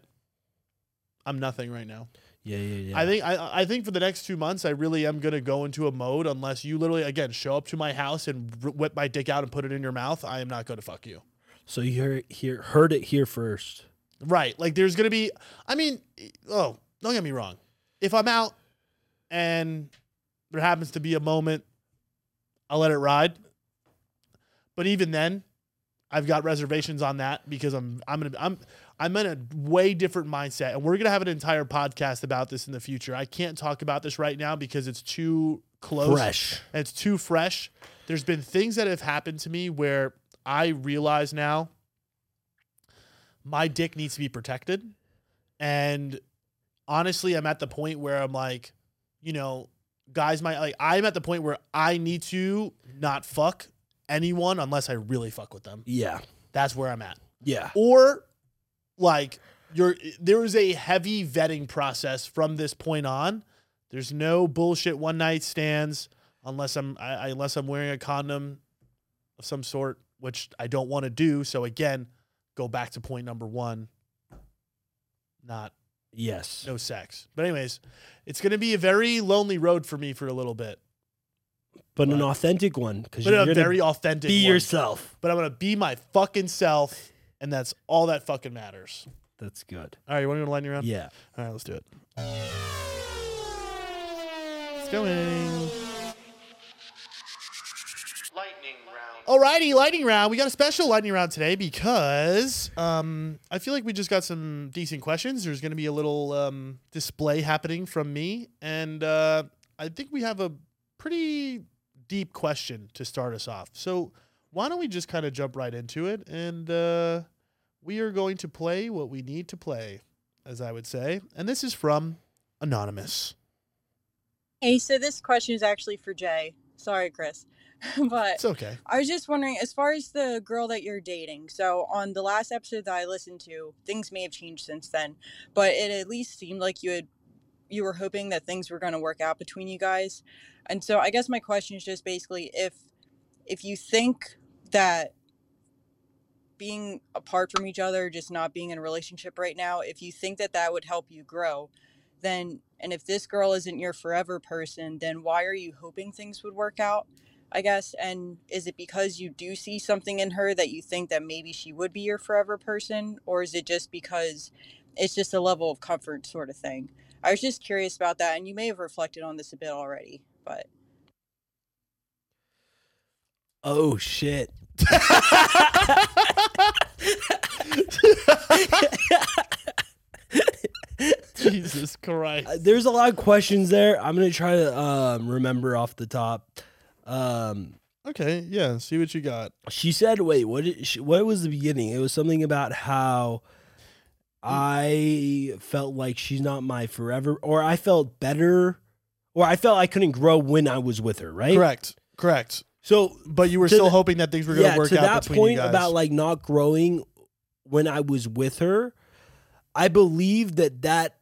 I'm nothing right now. Yeah, yeah, yeah. I think I, I think for the next two months, I really am gonna go into a mode unless you literally again show up to my house and r- whip my dick out and put it in your mouth. I am not gonna fuck you. so you heard, hear, heard it here first. Right? Like there's gonna be. I mean, oh, don't get me wrong. If I'm out and there happens to be a moment, I'll let it ride. But even then, I've got reservations on that because I'm I'm gonna I'm I'm in a way different mindset, and we're gonna have an entire podcast about this in the future. I can't talk about this right now because it's too close. Fresh. and it's too fresh. There's been things that have happened to me where I realize now my dick needs to be protected. And honestly, I'm at the point where I'm like, you know, guys, my like I'm at the point where I need to not fuck anyone unless I really fuck with them. Yeah. That's where I'm at. Yeah. Or like you're there is a heavy vetting process from this point on. There's no bullshit one night stands unless I'm I, I- unless I'm wearing a condom of some sort, which I don't want to do. So again, go back to point number one. Not Yes. no sex. But anyways, it's gonna be a very lonely road for me for a little bit. But an authentic one because But you're a gonna very authentic be one. yourself. But I'm gonna be my fucking self, and that's all that fucking matters. That's good. All right, you wanna go to line your round? Yeah. All right, let's do it. It's going. Lightning round. Alrighty, lightning round. We got a special lightning round today because um, I feel like we just got some decent questions. There's going to be a little um, display happening from me, and uh, I think we have a pretty deep question to start us off. So why don't we just kind of jump right into it, and uh, we are going to play what we need to play, as I would say. And this is from anonymous. Hey, so this question is actually for Jay. Sorry, Chris. but It's okay. I was just wondering, as far as the girl that you're dating, so on the last episode that I listened to, things may have changed since then, but it at least seemed like you had you were hoping that things were going to work out between you guys. And so I guess my question is just basically if if you think that being apart from each other, just not being in a relationship right now, if you think that that would help you grow, then and if this girl isn't your forever person, then why are you hoping things would work out? I guess. And is it because you do see something in her that you think that maybe she would be your forever person? Or is it just because it's just a level of comfort sort of thing? I was just curious about that. And you may have reflected on this a bit already, but Oh shit. Jesus Christ. Uh, There's a lot of questions there. I'm gonna try to um, remember off the top. Um, Okay, yeah. See what you got. She said, "Wait, what? Did she, what was the beginning? It was something about how I felt like she's not my forever, or I felt better, or I felt I couldn't grow when I was with her, right? Correct. Correct. So, But you were To still the- hoping that things were going to yeah, work to out that between you point guys. about like not growing when I was with her, I believe that that,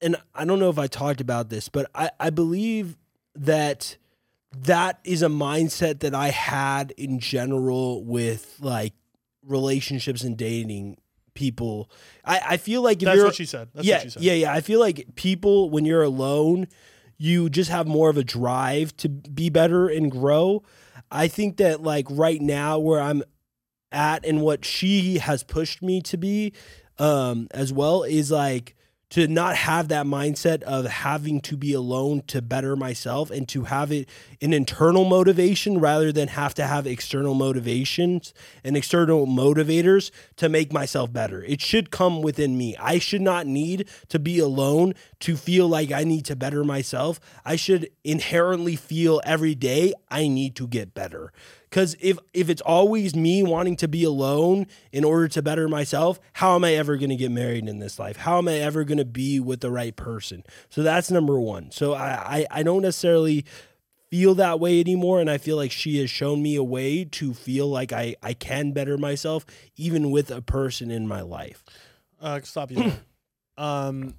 and I don't know if I talked about this, but I I believe that." that is a mindset that I had in general with like relationships and dating people. I, I feel like if That's you're what she said. That's yeah, what she said. yeah, yeah. I feel like people when you're alone, you just have more of a drive to be better and grow. I think that like right now where I'm at and what she has pushed me to be um as well is like to not have that mindset of having to be alone to better myself and to have it an internal motivation rather than have to have external motivations and external motivators to make myself better. It should come within me. I should not need to be alone to feel like I need to better myself. I should inherently feel every day I need to get better. Cuz if if it's always me wanting to be alone in order to better myself, how am I ever going to get married in this life? How am I ever going to be with the right person? So that's number 1. So I I, I don't necessarily feel that way anymore and i feel like she has shown me a way to feel like i i can better myself even with a person in my life uh, stop you. there. um,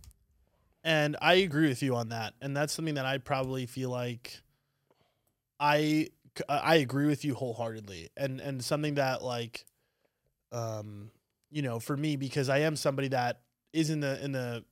and I agree with you on that, and that's something that I probably feel like I c- uh, I agree with you wholeheartedly, and and something that like, um, you know, for me because I am somebody that is in the in the.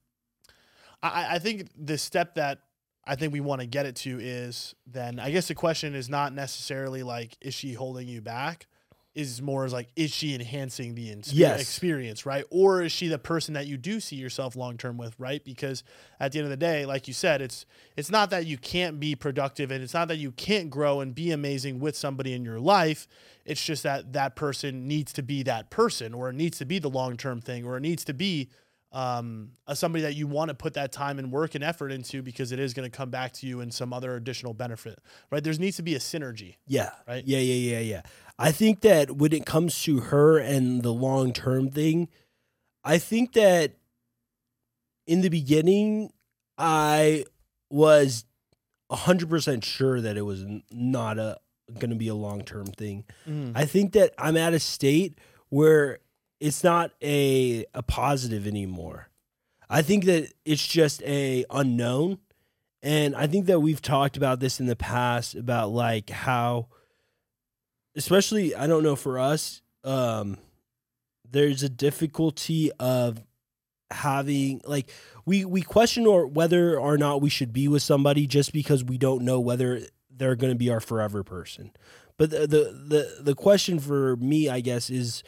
I- I I think the step that I think we want to get it to is then I guess the question is not necessarily like is she holding you back, is more as like is she enhancing the inspe- Yes. experience right or is she the person that you do see yourself long term with right because at the end of the day like you said it's it's not that you can't be productive and it's not that you can't grow and be amazing with somebody in your life it's just that that person needs to be that person or it needs to be the long term thing or it needs to be um, uh, somebody that you want to put that time and work and effort into because it is going to come back to you in some other additional benefit, right? There needs to be a synergy. yeah Right. yeah yeah yeah yeah i think that when it comes to her and the long term thing i think that in the beginning i was 100% sure that it was n- not a going to be a long term thing Mm. I think that I'm at a state where it's not a a positive anymore. I think that it's just a unknown. And I think that we've talked about this in the past about like how especially I don't know for us um there's a difficulty of having like we we question or whether or not we should be with somebody just because we don't know whether they're going to be our forever person. But the, the the the question for me, I guess, is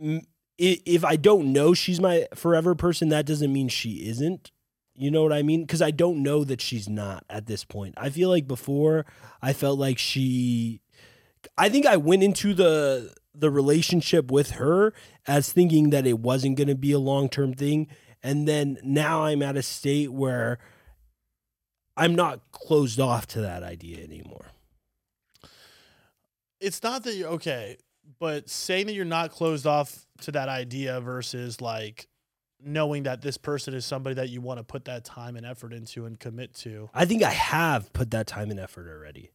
m- i- if I don't know she's my forever person, that doesn't mean she isn't. You know what I mean? Because I don't know that she's not at this point. I feel like before I felt like she. I think I went into the the relationship with her as thinking that it wasn't going to be a long term thing, and then now I'm at a state where I'm not closed off to that idea anymore. It's not that you're okay, but saying that you're not closed off to that idea versus like knowing that this person is somebody that you want to put that time and effort into and commit to. I think I have put that time and effort already.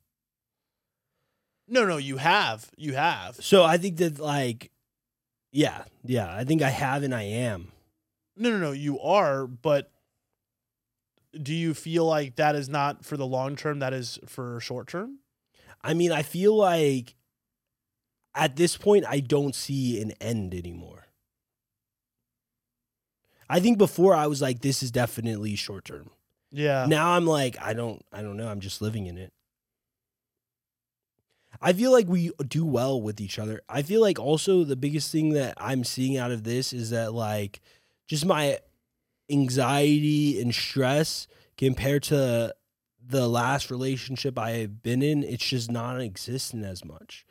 No, no, you have. You have. So I think that like yeah, yeah, I think I have and I am. No, no, no, you are, but do you feel like that is not for the long term, that is for short term? I mean, I feel like at this point I don't see an end anymore. I think before I was like this is definitely short term. Yeah. now I'm like, I don't, I don't know. I'm just living in it. I feel like we do well with each other. I feel like also the biggest thing that I'm seeing out of this is that like just my anxiety and stress compared to the last relationship I have been in, it's just non existent as much.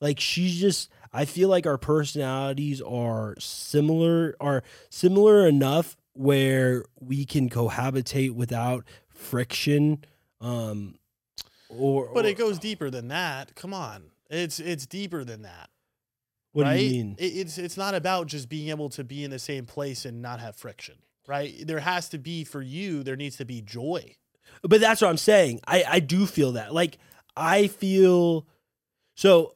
Like she's just I feel like our personalities are similar are similar enough where we can cohabitate without friction. Um, Or, But or- it goes deeper than that. Come on. It's it's deeper than that. What right? do you mean? It, it's it's not about just being able to be in the same place and not have friction, right? There has to be for you. There needs to be joy. But that's what I'm saying. I I do feel that. Like I feel. So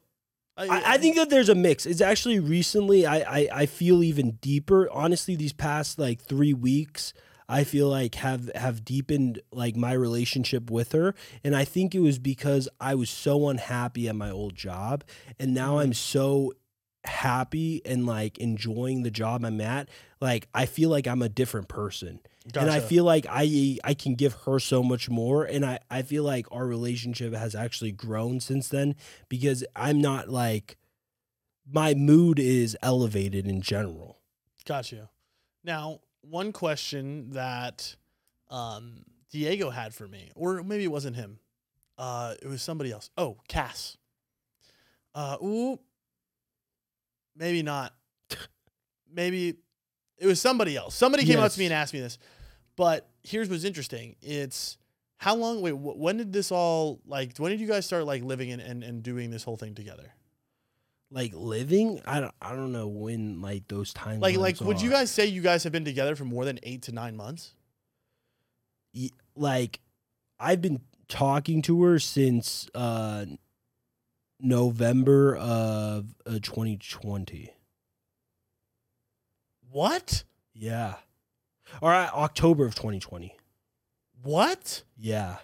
Oh, I, I think that there's a mix. It's actually recently I, I I feel even deeper. Honestly, these past like three weeks, I feel like have have deepened like my relationship with her. And I think it was because I was so unhappy at my old job. And now I'm so happy and like enjoying the job I'm at. Like I feel like I'm a different person. And I Gotcha. feel like I I can give her so much more. And I, I feel like our relationship has actually grown since then because I'm not like my mood is elevated in general. Got you. Now, one question that um, Diego had for me, or maybe it wasn't him. Uh, it was somebody else. Oh, Cass. Uh, ooh, maybe not. Maybe it was somebody else. Somebody came up Yes. to me and asked me this. But here's what's interesting. It's how long? Wait, wh- when did this all like? When did you guys start like living and and, and doing this whole thing together? Like living, I don't I don't know when like those times Like, like, would you guys say you guys have been together for more than eight to nine months? like I've been talking to her since uh November of uh, 2020. What? Yeah. All right, October of 2020. What? Yeah.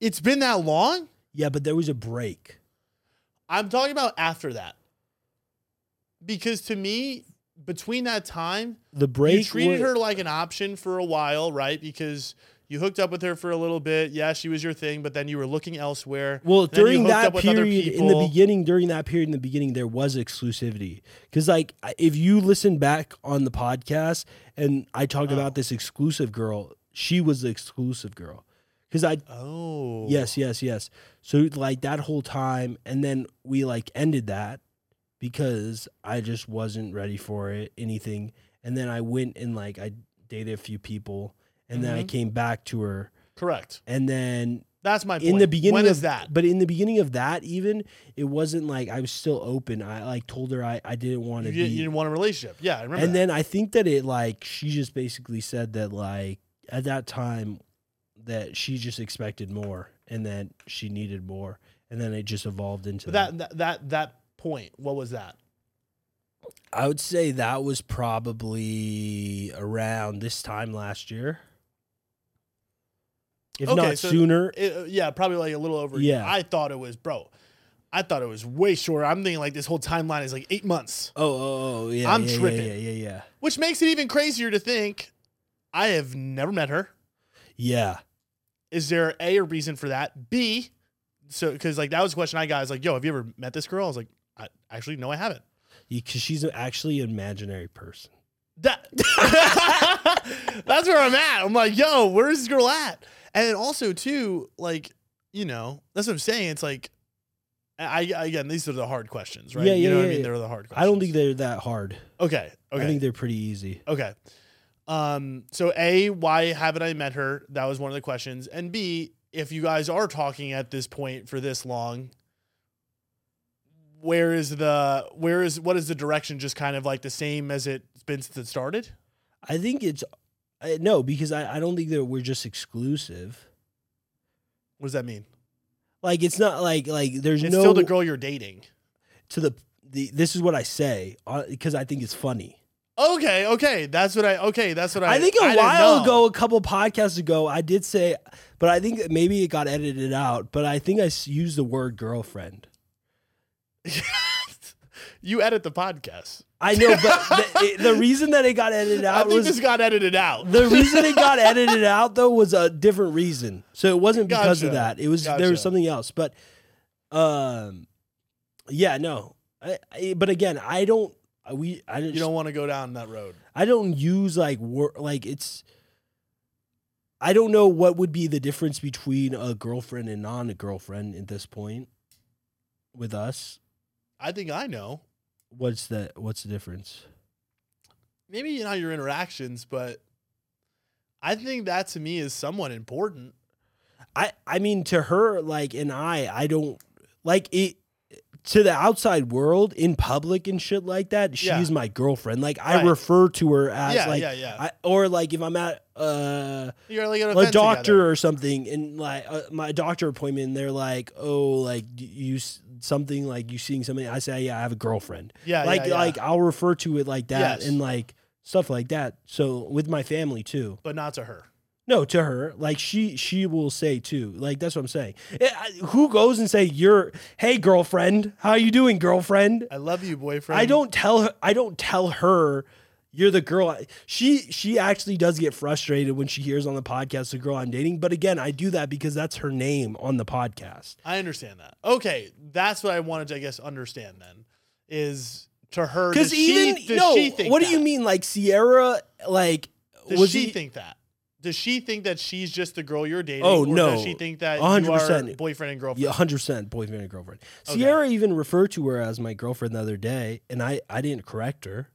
It's been that long? Yeah, but there was a break. I'm talking about after that. Because to me, between that time, The break you treated wa- her like an option for a while, right? Because you hooked up with her for a little bit. Yeah, she was your thing, but then you were looking elsewhere. Well, And then you during hooked that up with other period, in the people. beginning, during that period, in the beginning, there was exclusivity. Because, like, I- if you listen back on the podcast and I talked Oh. about this exclusive girl, she was the exclusive girl. Because I, Oh. yes, yes, yes. So, like, that whole time, and then we, like, ended that because I just wasn't ready for it, anything. And then I went and, like, I dated a few people, and then I Mhm. came back to her. Correct. And then That's my point. in the beginning when of is that? but in the beginning of that even it wasn't like i was still open i like told her i, I didn't want You, to you be didn't want a relationship. Yeah, I remember. and that. then i think that it like she just basically said that like at that time that she just expected more and that she needed more and then it just evolved But into that, that, that that that point, what was that? i would say that was probably around this time last year if Okay, not so sooner It, uh, yeah, probably like a little over. a year. Yeah. I thought it was, bro. I thought it was way shorter. I'm thinking like this whole timeline is like eight months, oh oh oh yeah I'm yeah, yeah, tripping. yeah yeah yeah which makes it even crazier to think I have never met her. yeah Is there a a reason for that? B, so because like that was a question I got. I was like, yo, have you ever met this girl? I was like, I actually no, I haven't. because she's actually an imaginary person. That that's where I'm at. I'm like, yo, where's this girl at? And then also too, like, you know, that's what I'm saying. It's like, I, I again, these are the hard questions, right? Yeah, you yeah, know what yeah, I mean? yeah. They're the hard questions. I don't think they're that hard. Okay. Okay. I think they're pretty easy. okay. Um. So a, why haven't I met her? That was one of the questions. And b, if you guys are talking at this point for this long, where is the where is what is the direction? Just kind of like the same as it's been since it started. I think it's I, no because I, I don't think that we're just exclusive. What does that mean? Like it's not like like there's It's no still the girl you're dating. to the the. This is what I say because I think it's funny. Okay, okay, that's what I. Okay, that's what I. I think a a while ago, a couple podcasts ago, I did say, but I think that maybe it got edited out. But I think I s- used the word girlfriend. you edit the podcast. I know, but the, it- the reason that it got edited I out think was this got edited out. The reason it got edited out though was a different reason. So it wasn't because of Gotcha. that. It was there Gotcha. was something else. But um yeah, no. I, I, but again, I don't I- we I you don't want to go down that road. I don't use like wor- like it's I don't know what would be the difference between a girlfriend and non a girlfriend at this point with us. I think I know. What's the what's the difference? Maybe not your interactions, but I think that to me is somewhat important. I I mean to her like and I I don't like it to the outside world in public and shit like that. She's Yeah. my girlfriend. Like I Right. refer to her as yeah, like yeah, yeah. I, or like if I'm at uh, You're like at an a event doctor together. or something, and like uh, my doctor appointment, and they're like, "Oh, like you s- something like you seeing something." I say, "Yeah, I have a girlfriend." Yeah, like yeah, yeah. like I'll refer to it like that, Yes. and like stuff like that. So with my family too. but not to her. No, to her, like she she will say too. Like that's what I'm saying. Eh, I- who goes and say you're, hey girlfriend, how you doing, girlfriend? I love you, boyfriend. I don't tell her. I don't tell her. You're the girl. I-" She she actually does get frustrated when she hears on the podcast the girl I'm dating. But again, I do that because that's her name on the podcast. I understand that. Okay, that's what I wanted to, I guess, understand then is to her. Because Because even she, does no, she think what do that? you mean? Like Sierra, like Does was she he- think that? Does she think that she's just the girl you're dating? Oh, or no. Does she think that you 100%. are boyfriend and girlfriend? Yeah, hundred percent boyfriend and girlfriend. Okay. Sierra even referred to her as my girlfriend the other day, and I I didn't correct her.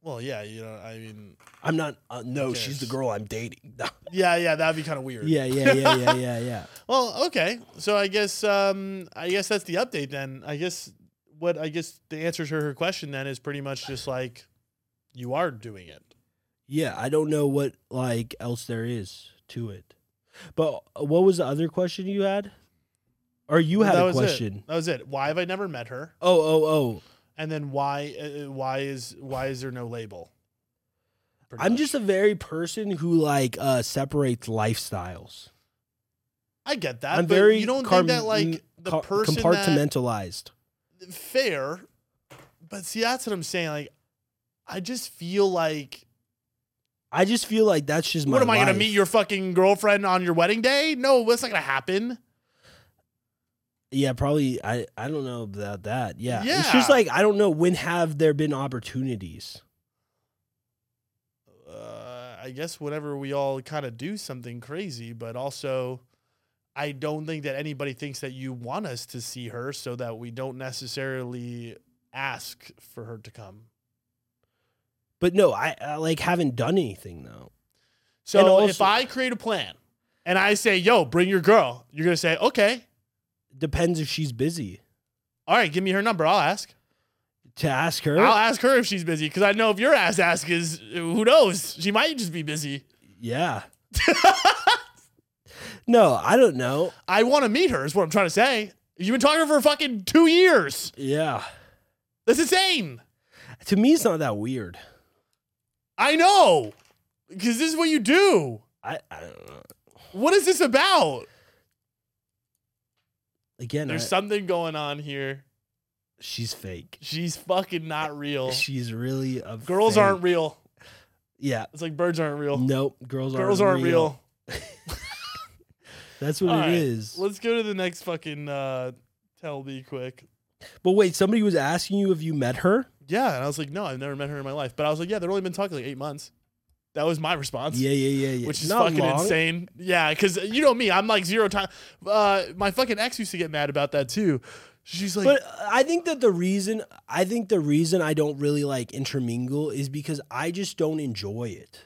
Well, yeah, you know, I mean, I'm not. Uh, no, Okay. she's the girl I'm dating. yeah, yeah, that'd be kind of weird. yeah, yeah, yeah, yeah, yeah, yeah. Well, okay. So I guess um I guess that's the update then. I guess what I guess the answer to her question then is pretty much just like you are doing it. Yeah, I don't know what like else there is to it. But uh, what was the other question you had? Or you had that a was question? It. That was it. Why have I never met her? Oh, oh, oh! And then why uh, why is why is there no label? Pretty I'm much. just a very person who like uh separates lifestyles. I get that. I'm but very you don't carm- think that like the ca- person that, compartmentalized. fair, but see that's what I'm saying. Like I just feel like I just feel like that's just my. what am I life. gonna meet your fucking girlfriend on your wedding day? No, that's not gonna happen. Yeah, probably. I I don't know about that. Yeah, it's just Yeah. like I don't know when have there been opportunities. uh, I guess whenever we all kind of do something crazy, but also I don't think that anybody thinks that you want us to see her so that we don't necessarily ask for her to come. But no, I, I like haven't done anything though. So And also- if I create a plan and I say, yo, bring your girl, you're going to say, okay, Depends if she's busy. all right, give me her number. I'll ask. To ask her, I'll ask her if she's busy because I know if your ass ask is, who knows? She might just be busy. yeah. no, I don't know. I want to meet her, is what I'm trying to say. You've been talking to her for fucking two years. Yeah, That's insane. to me, it's not that weird. I know, because this is what you do. I, I don't know. What is this about? Again, There's I- something going on here. she's fake. She's fucking not real. She's really a Girls fake. aren't real. Yeah, It's like birds aren't real. nope. Girls, Girls aren't, aren't real. That's what All it right, is. Let's go to the next fucking uh, tell me quick. But wait, somebody was asking you if you met her. Yeah, and I was like, no, I've never met her in my life. But I was like, yeah, they've only been talking like eight months. That was my response. Yeah, yeah, yeah, yeah. Which is Not fucking long. insane. Yeah, because you know me, I'm like zero time. Uh, my fucking ex used to get mad about that too. She's like, But I think that the reason I think the reason I don't really like intermingle is because I just don't enjoy it.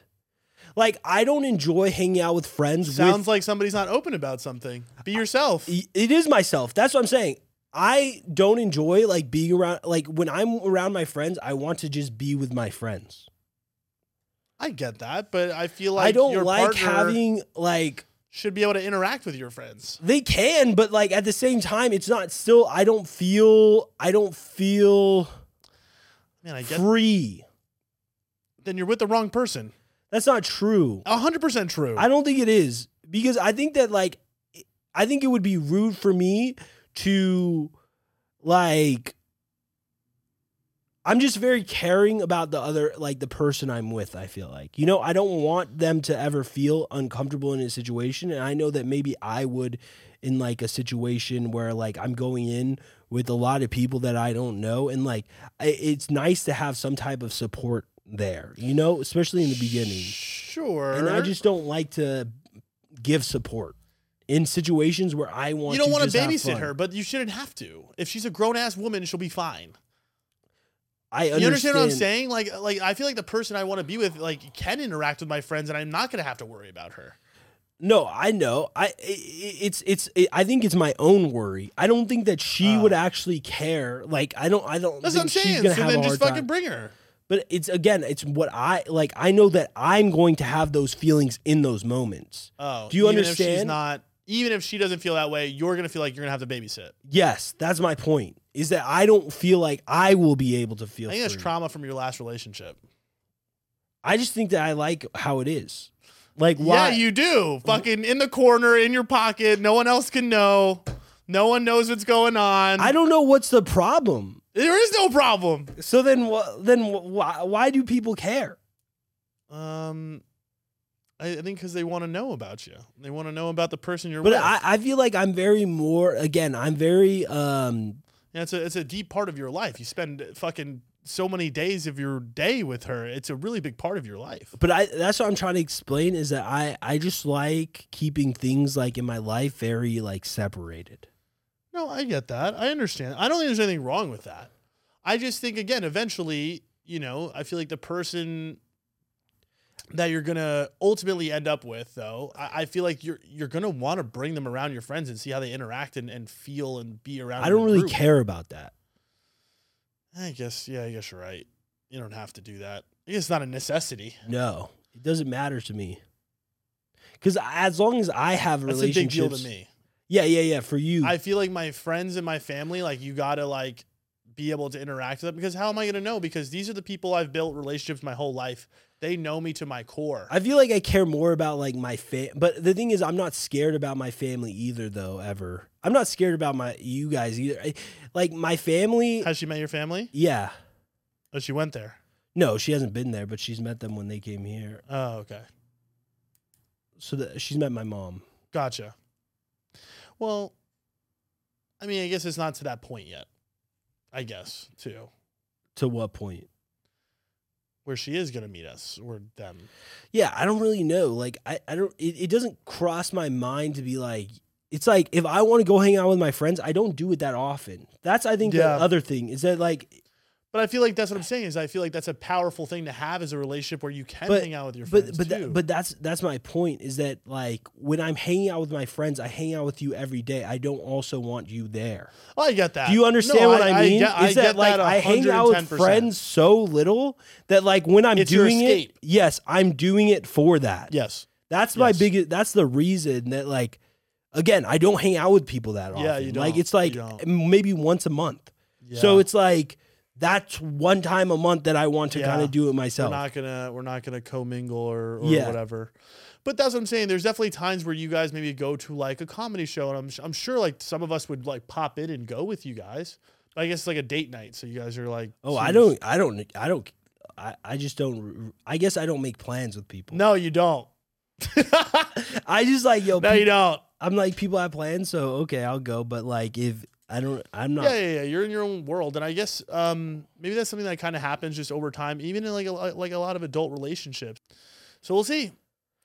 Like I don't enjoy hanging out with friends. Sounds with, like somebody's not open about something. Be yourself. it is myself. That's what I'm saying. I don't enjoy like being around. Like when I'm around my friends, I want to just be with my friends. I get that, but I feel like I don't your like partner having like should be able to interact with your friends. they can, but like at the same time, it's not still. I don't feel. I don't feel Man, I get free. then you're with the wrong person. That's not true. hundred percent true. I don't think it is because I think that like I think it would be rude for me to like I'm just very caring about the other like the person I'm with, I feel like. You know, I don't want them to ever feel uncomfortable in a situation and I know that maybe I would in like a situation where like I'm going in with a lot of people that I don't know and like I, it's nice to have some type of support there, you know, especially in the beginning. Sure. And I just don't like to give support in situations where I want. you don't want to just have babysit fun. her, but you shouldn't have to. If she's a grown ass woman, she'll be fine. I understand. You understand what I'm saying? Like, like I feel like the person I want to be with, like, can interact with my friends, and I'm not gonna have to worry about her. No, I know. I i- i it's it's i I think it's my own worry. I don't think that she Oh. would actually care. Like I don't I don't That's what I'm think she's saying. gonna So have a then hard just time. fucking bring her. But it's again, it's what I like. I know that I'm going to have those feelings in those moments. Oh, Do you even If she's understand? not, even if she doesn't feel that way, you're gonna feel like you're gonna have to babysit. Yes, that's my point. Is that I don't feel like I will be able to feel. I think that's free. trauma from your last relationship. I just think that I like how it is. Like why? Yeah, you do. Fucking in the corner, in your pocket. No one else can know. No one knows what's going on. I don't know what's the problem. there is no problem. So then, wha- then wh- why why do people care? Um, I, I think because they want to know about you. They want to know about the person you're But with. I, I feel like I'm very more again. I'm very um yeah, it's a it's a deep part of your life. You spend fucking so many days of your day with her. It's a really big part of your life. but I that's what I'm trying to explain is that I I just like keeping things like in my life very like separated. No, I get that. I understand. I don't think there's anything wrong with that. I just think again, eventually, you know, I feel like the person that you're gonna ultimately end up with, though, I, I feel like you're you're gonna want to bring them around your friends and see how they interact and, and feel and be around. I don't your really group. care about that. I guess yeah, I guess you're right. You don't have to do that. I guess It's not a necessity. No, it doesn't matter to me. Cuz as long as I have That's a big relationships deal to me. Yeah, yeah, yeah, for you. I feel like my friends and my family, like you gotta like be able to interact with them because how am I gonna know? Because these are the people I've built relationships my whole life. They know me to my core. I feel like I care more about like my fam, but the thing is, I'm not scared about my family either, though. Ever, I'm not scared about my you guys either. I, like my family, Has she met your family? yeah. Oh, she went there. No, she hasn't been there, but she's met them when they came here. Oh, okay. So that she's met my mom. Gotcha. Well, I mean, I guess it's not to that point yet. I guess too, To what point? where she is gonna meet us or them. Yeah, I don't really know. Like, I, I don't. It, it doesn't cross my mind to be like. It's like if I want to go hang out with my friends, I don't do it that often. That's I think Yeah. the other thing is that like But I feel like that's what I'm saying is I feel like that's a powerful thing to have as a relationship where you can But- hang out with your but friends but too. that, but that's that's my point is that like when I'm hanging out with my friends, I hang out with you every day. I don't also want you there. I get that. Do you understand Uh, No, what I, mean? get, I is that get like I hang out with 110%. friends so little that like when I'm It's your doing it, escape. yes, I'm doing it for that. Yes. That's my Yes. biggest. That's the reason that like, again, I don't hang out with people that often. Yeah, you Like don't. it's like You don't. maybe once a month. So it's like that's one time a month that I want to Yeah. kind of do it we're myself. not gonna we're not gonna commingle or, or Yeah. whatever. But that's what I'm saying. There's definitely times where you guys maybe go to like a comedy show, and I'm s- I'm sure like some of us would like pop in and go with you guys. But I guess it's like a date night, so you guys are like. oh, I seems- don't. I don't. I don't. I, I just don't. I guess I don't make plans with people. No, you don't. I just like yo. no, you peop- don't. I'm like people have plans, so okay, I'll go. But like if I don't, I'm not. Yeah, yeah, yeah. You're in your own world, and I guess um, maybe that's something that kind of happens just over time, even in like a, like a lot of adult relationships. So we'll see.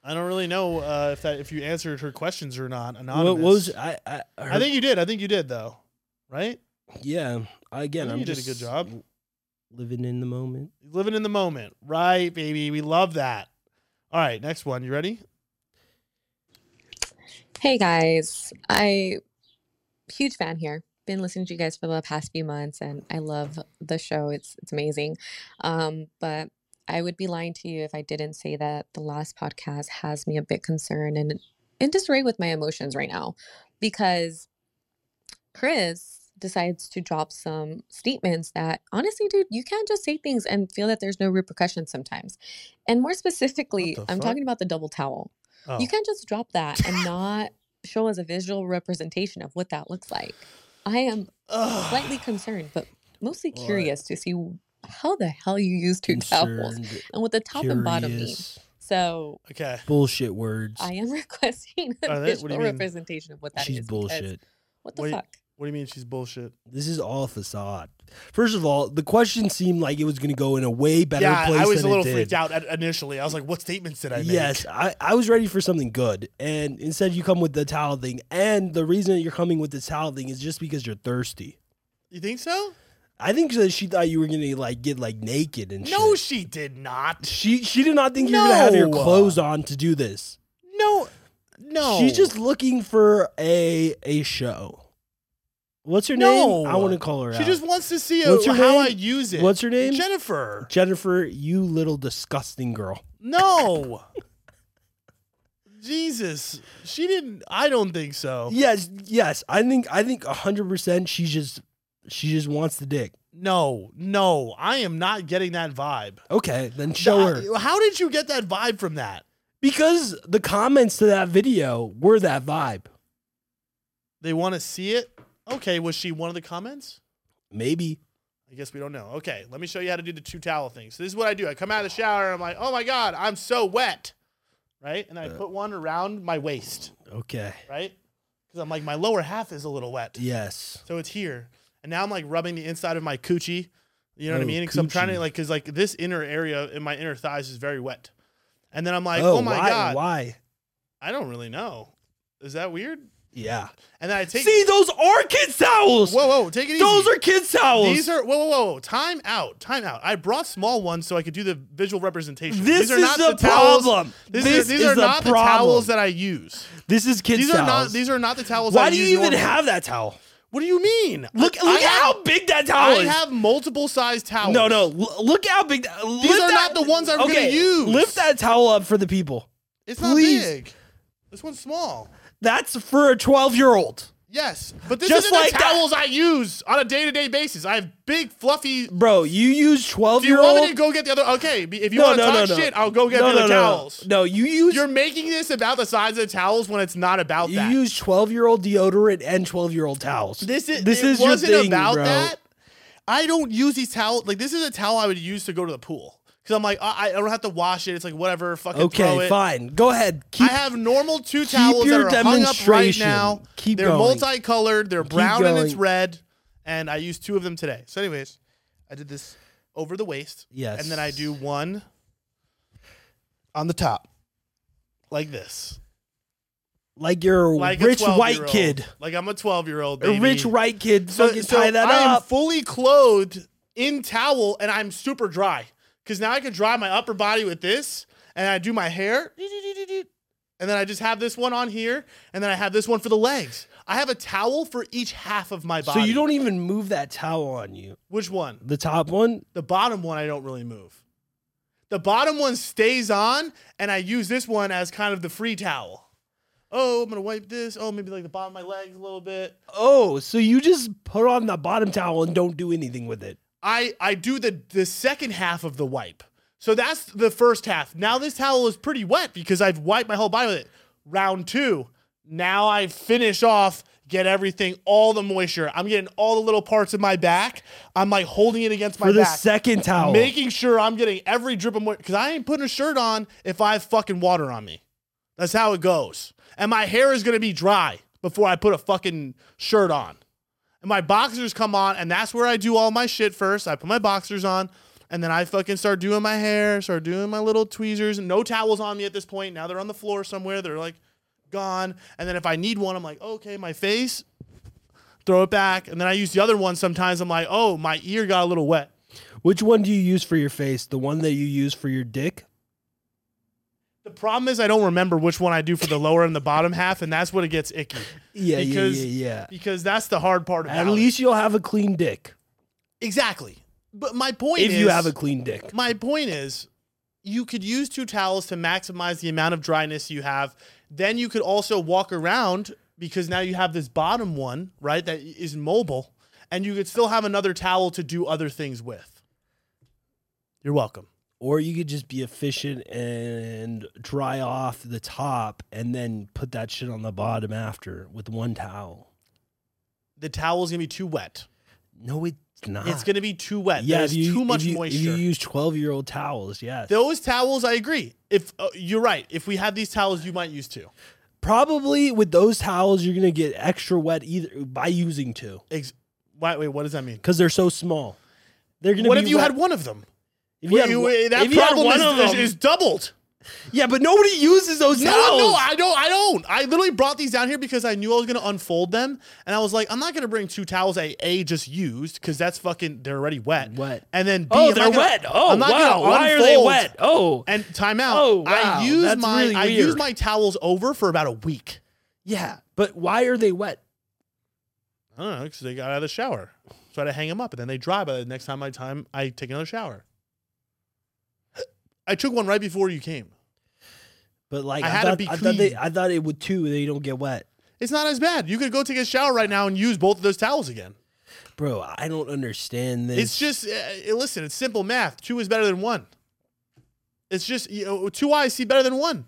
I don't really know uh, if that if you answered her questions or not. Anonymous. What, what was I? I, her- I think you did. I think you did though, right? Yeah. Again, I think I'm you did a just good job. living in the moment. Living in the moment, right, baby? We love that. All right, next one. You ready? Hey guys, I huge fan here. Been listening to you guys for the past few months and I love the show. It's it's amazing. Um, but I would be lying to you if I didn't say that the last podcast has me a bit concerned and in disarray with my emotions right now because Chris decides to drop some statements that honestly, dude, you can't just say things and feel that there's no repercussions sometimes. And more specifically, the I'm fuck? talking about the double towel. Oh. You can't just drop that and not show us a visual representation of what that looks like. I am Ugh. slightly concerned, but mostly What? curious to see how the hell you use two towels Concerned, and what the top and bottom mean. curious, So Okay. Bullshit words. I am requesting a Are they- what do you visual mean? representation of what that is. She's because bullshit. What the Wait. fuck? What do you mean she's bullshit? This is all facade. First of all, the question seemed like it was going to go in a way better yeah, place. I was than a little it did. freaked out at, initially. I was like, "What statements did I make?" Yes, I, I was ready for something good, and instead you come with the towel thing. And the reason that you're coming with the towel thing is just because you're thirsty. You think so? I think that she thought you were gonna like get like naked and No, shit. she did not. she she did not think you were gonna have your No. clothes on to do this. No, No. She's just looking for a a show. What's her No. name? I want to call her She out. just wants to see a, What's her how name? I use it. What's her name? Jennifer. Jennifer, you little disgusting girl. No. Jesus. She didn't. I don't think so. Yes, yes. I think I think 100% she's just she just wants the dick. No, no. I am not getting that vibe. Okay, then show her. I- How did you get that vibe from that? Because the comments to that video were that vibe. They want to see it? Okay. Was she one of the comments? Maybe. I guess we don't know. Okay. Let me show you how to do the two towel thing. So this is what I do. I come out of the shower and I'm like, oh my God, I'm so wet. Right. And I put one around my waist. Okay. Right. Because I'm like, my lower half is a little wet. Yes. So it's here. And now I'm like rubbing the inside of my coochie. You know what I Oh, mean? Because I'm trying coochie. to like, because like this inner area in my inner thighs is very wet. And then I'm like, oh, oh, my why, God, Why? I don't really know. Is that weird? Yeah. And then I take, See, those are kids towels. whoa, whoa, take it easy. Those are kids towels. These are whoa, whoa, whoa, whoa! Time out, time out. I brought small ones so I could do the visual representation. these This are is not the towels- problem. These This are, these is are the not the problem. towels that I use. This is kids These towels. are not. These are not the towels. I Why do you use even normally. have that towel? What do you mean? Look, I look at have- how big that towel I is. have multiple size towels. no, no. l- Look how big. That, These are not the ones I'm gonna use. Lift that towel up for the people. It's not Please. big. This one's small. That's for a 12 year old. Yes, but this Just isn't like the that. towels I use on a day-to-day basis. I have big, fluffy. Bro, you use 12 If you year want me old. to go get the other, okay. be- If you want to talk shit, I'll go get the no, other no, no, no. towels. No, you use You're making this about the size of the towels when it's not about you that. use 12 year old deodorant and 12 year old towels. this is this it is your wasn't thing, about bro. that. I don't use these towels. Like this is a towel I would use to go to the pool because I'm like I, I don't have to wash it. It's like whatever, fucking throw Okay, it. fine. Go ahead. I Keep have normal two towels that your are hung up right demonstration. now. Keep they're going. multicolored. They're brown and it's going. red. And I used two of them today. So, anyways, I did this over the waist. Yes. And then I do one on the top, like this, like you're a like rich a 12 white year old. kid. Like I'm a 12 year old. A rich white kid. fucking tie that I am up. fully clothed in towel, and I'm super dry because now I can dry my upper body with this, and I do my hair, and then I just have this one on here, and then I have this one for the legs. I have a towel for each half of my body. So you don't even move that towel on you. Which one? The top one? The bottom one I don't really move. The bottom one stays on, and I use this one as kind of the free towel. Oh, I'm gonna wipe this. Oh, maybe like the bottom of my legs a little bit. Oh, so you just put on the bottom towel and don't do anything with it. I I do the the second half of the wipe. So that's the first half. Now this towel is pretty wet because I've wiped my whole body with it. Round two. Now I finish off, get everything, all the moisture. I'm getting all the little parts of my back. I'm like holding it against my For the back. second towel. Making sure I'm getting every drip of moisture. Because I ain't putting a shirt on if I have fucking water on me. That's how it goes. And my hair is gonna be dry before I put a fucking shirt on. And my boxers come on, and that's where I do all my shit first. I put my boxers on, and then I fucking start doing my hair, start doing my little tweezers. No towels on me at this point. Now they're on the floor somewhere. They're like gone. And then if I need one, I'm like, okay, my face, throw it back. And then I use the other one sometimes. I'm like, oh, my ear got a little wet. Which one do you use for your face? The one that you use for your dick? The problem is I don't remember which one I do for the lower and the bottom half, and that's when it gets icky. Yeah, Because- yeah, yeah, Because that's the hard part yeah. of At least you'll have a clean dick. exactly. But my point If is you have a clean dick. My point is, you could use two towels to maximize the amount of dryness you have. Then you could also walk around because now you have this bottom one, right, that is mobile, and you could still have another towel to do other things with. You're welcome. Or you could just be efficient and dry off the top and then put that shit on the bottom after with one towel. The towel's gonna be too wet. No, it's not. It's gonna be too wet. Uh-huh. yeah, There's if you, too if much you- moisture. If you use 12 year old towels, yes. Those towels, I agree. If uh, you're right, if we had these towels, you might use two. Probably with those towels, you're going to get extra wet either by using two Ex- wait, wait, what does that mean? because they're so small. They're going to What be if you wet. had one of them? If you had, Wait, one- wait, that if you had problem one is, of is- them, is doubled. Yeah, but nobody uses those No, towels. no, I don't. I don't. I literally brought these down here because I knew I was going to unfold them. And I was like, I'm not going to bring two towels I A, just used because that's fucking, they're already wet. Wet. And then B, oh, am I they're gonna- wet. Oh, I'm not wow. gonna Why are they unfold wet? Oh, And time out. Oh, wow. I use That's my really I use weird. my towels over for about a week. yeah, but why are they wet? I don't know because they got out of the shower, so I had to hang them up, and then they dry by the next time I time I take another shower. I took one right before you came. But like, I I, had to thought, be I thought they, clean. I thought it would too. They don't get wet, It's not as bad. You could go take a shower right now and use both of those towels again. bro. I don't understand this. It's just uh, uh, listen. It's simple math. Two is better than one. It's just you know two eyes see better than one.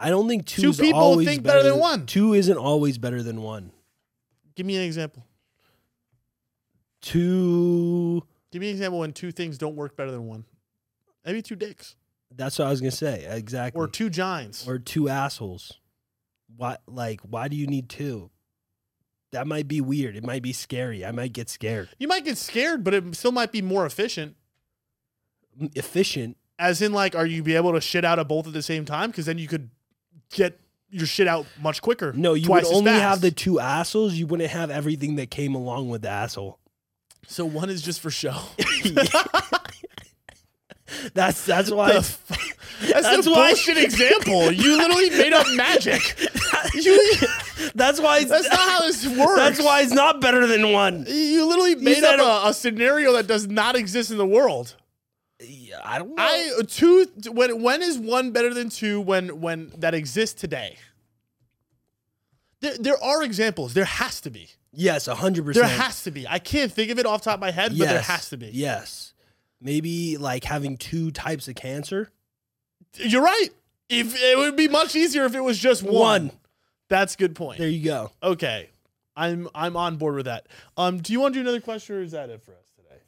I don't think two, Two is people always think better than one. Two isn't always better than one. Give me an example. Two. Give me an example when two things don't work better than one. Maybe two dicks That's what I was gonna say. Exactly. or two giants. Mm. or two assholes. Why? Like, why do you need two? That might be weird. It might be scary. I might get scared. You might get scared, but it still might be more efficient. M- Efficient. As in, like, are you be able to shit out of both at the same time? Because then you could get your shit out much quicker. No, you twice would as only fast. have the two assholes. You wouldn't have everything that came along with the asshole. So one is just for show. That's that's why. The it's- fu- That's, That's a why- bullshit example. You literally made up magic. You, that's why. It's, that's not how this works. that's why it's not better than one. you literally made said up a, a scenario that does not exist in the world. Yeah, I don't. know. I two when when is one better than two when when that exists today? There, there are examples. There has to be. yes, hundred There percent. has to be. I can't think of it off the top of my head, but there has to be. Yes. Maybe like having two types of cancer. You're right. If it would be much easier if it was just one. That's a good point. There you go. okay. I'm I'm on board with that. Um, do you want to do another question or is that it for us today?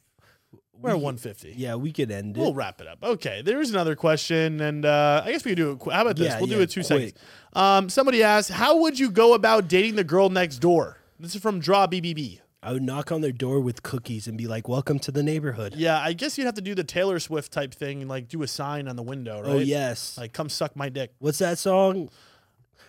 We're at 150. Yeah, we could end it. We'll wrap it up. Okay, there is another question, and uh, I guess we can do it. Qu- how about this? Yeah, we'll do yeah, it two quick. seconds. Um, somebody asked, "How would you go about dating the girl next door?" This is from Draw BBB. I would knock on their door with cookies and be like, "Welcome to the neighborhood." Yeah, I guess you'd have to do the Taylor Swift type thing and like do a sign on the window, right? Oh yes. like come suck my dick. What's that song?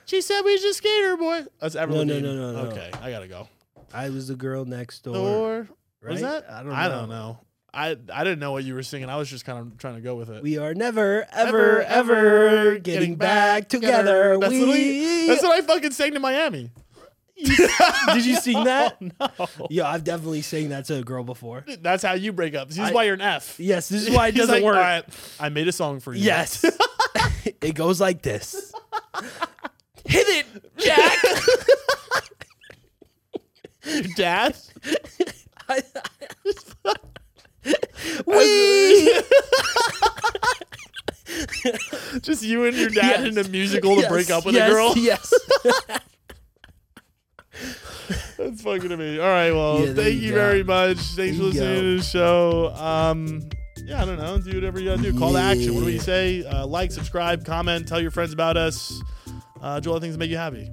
She said we just skater boy. That's Avril no, Lavigne. no, no, no. Okay, I gotta go. I was the girl next door. Door. What is right? that? I don't know. I I didn't know what you were singing. I was just kind of trying to go with it. We are never, ever, ever getting, back together. That's, we. literally- that's what I fucking sang to Miami. Oh, Did you sing that? no. Yeah, I've definitely sang that to a girl before. That's how you break up. This is I- why you're an F. Yes, this is why it He's doesn't like, work. All right, I made a song for you. Yes. it goes like this. Hit it, Jack. Dad. we. Just you and your dad in a musical to break up with yes, a girl. Yes. That's fucking amazing. All right, well, Yeah, there thank you you, go. very much. Thanks for you listening go. to the show. Um, yeah, I don't know. Do whatever you gotta do. Call to action. What do we Yeah. say? Uh, like, subscribe, comment, tell your friends about us. Uh, do all the things that make you happy.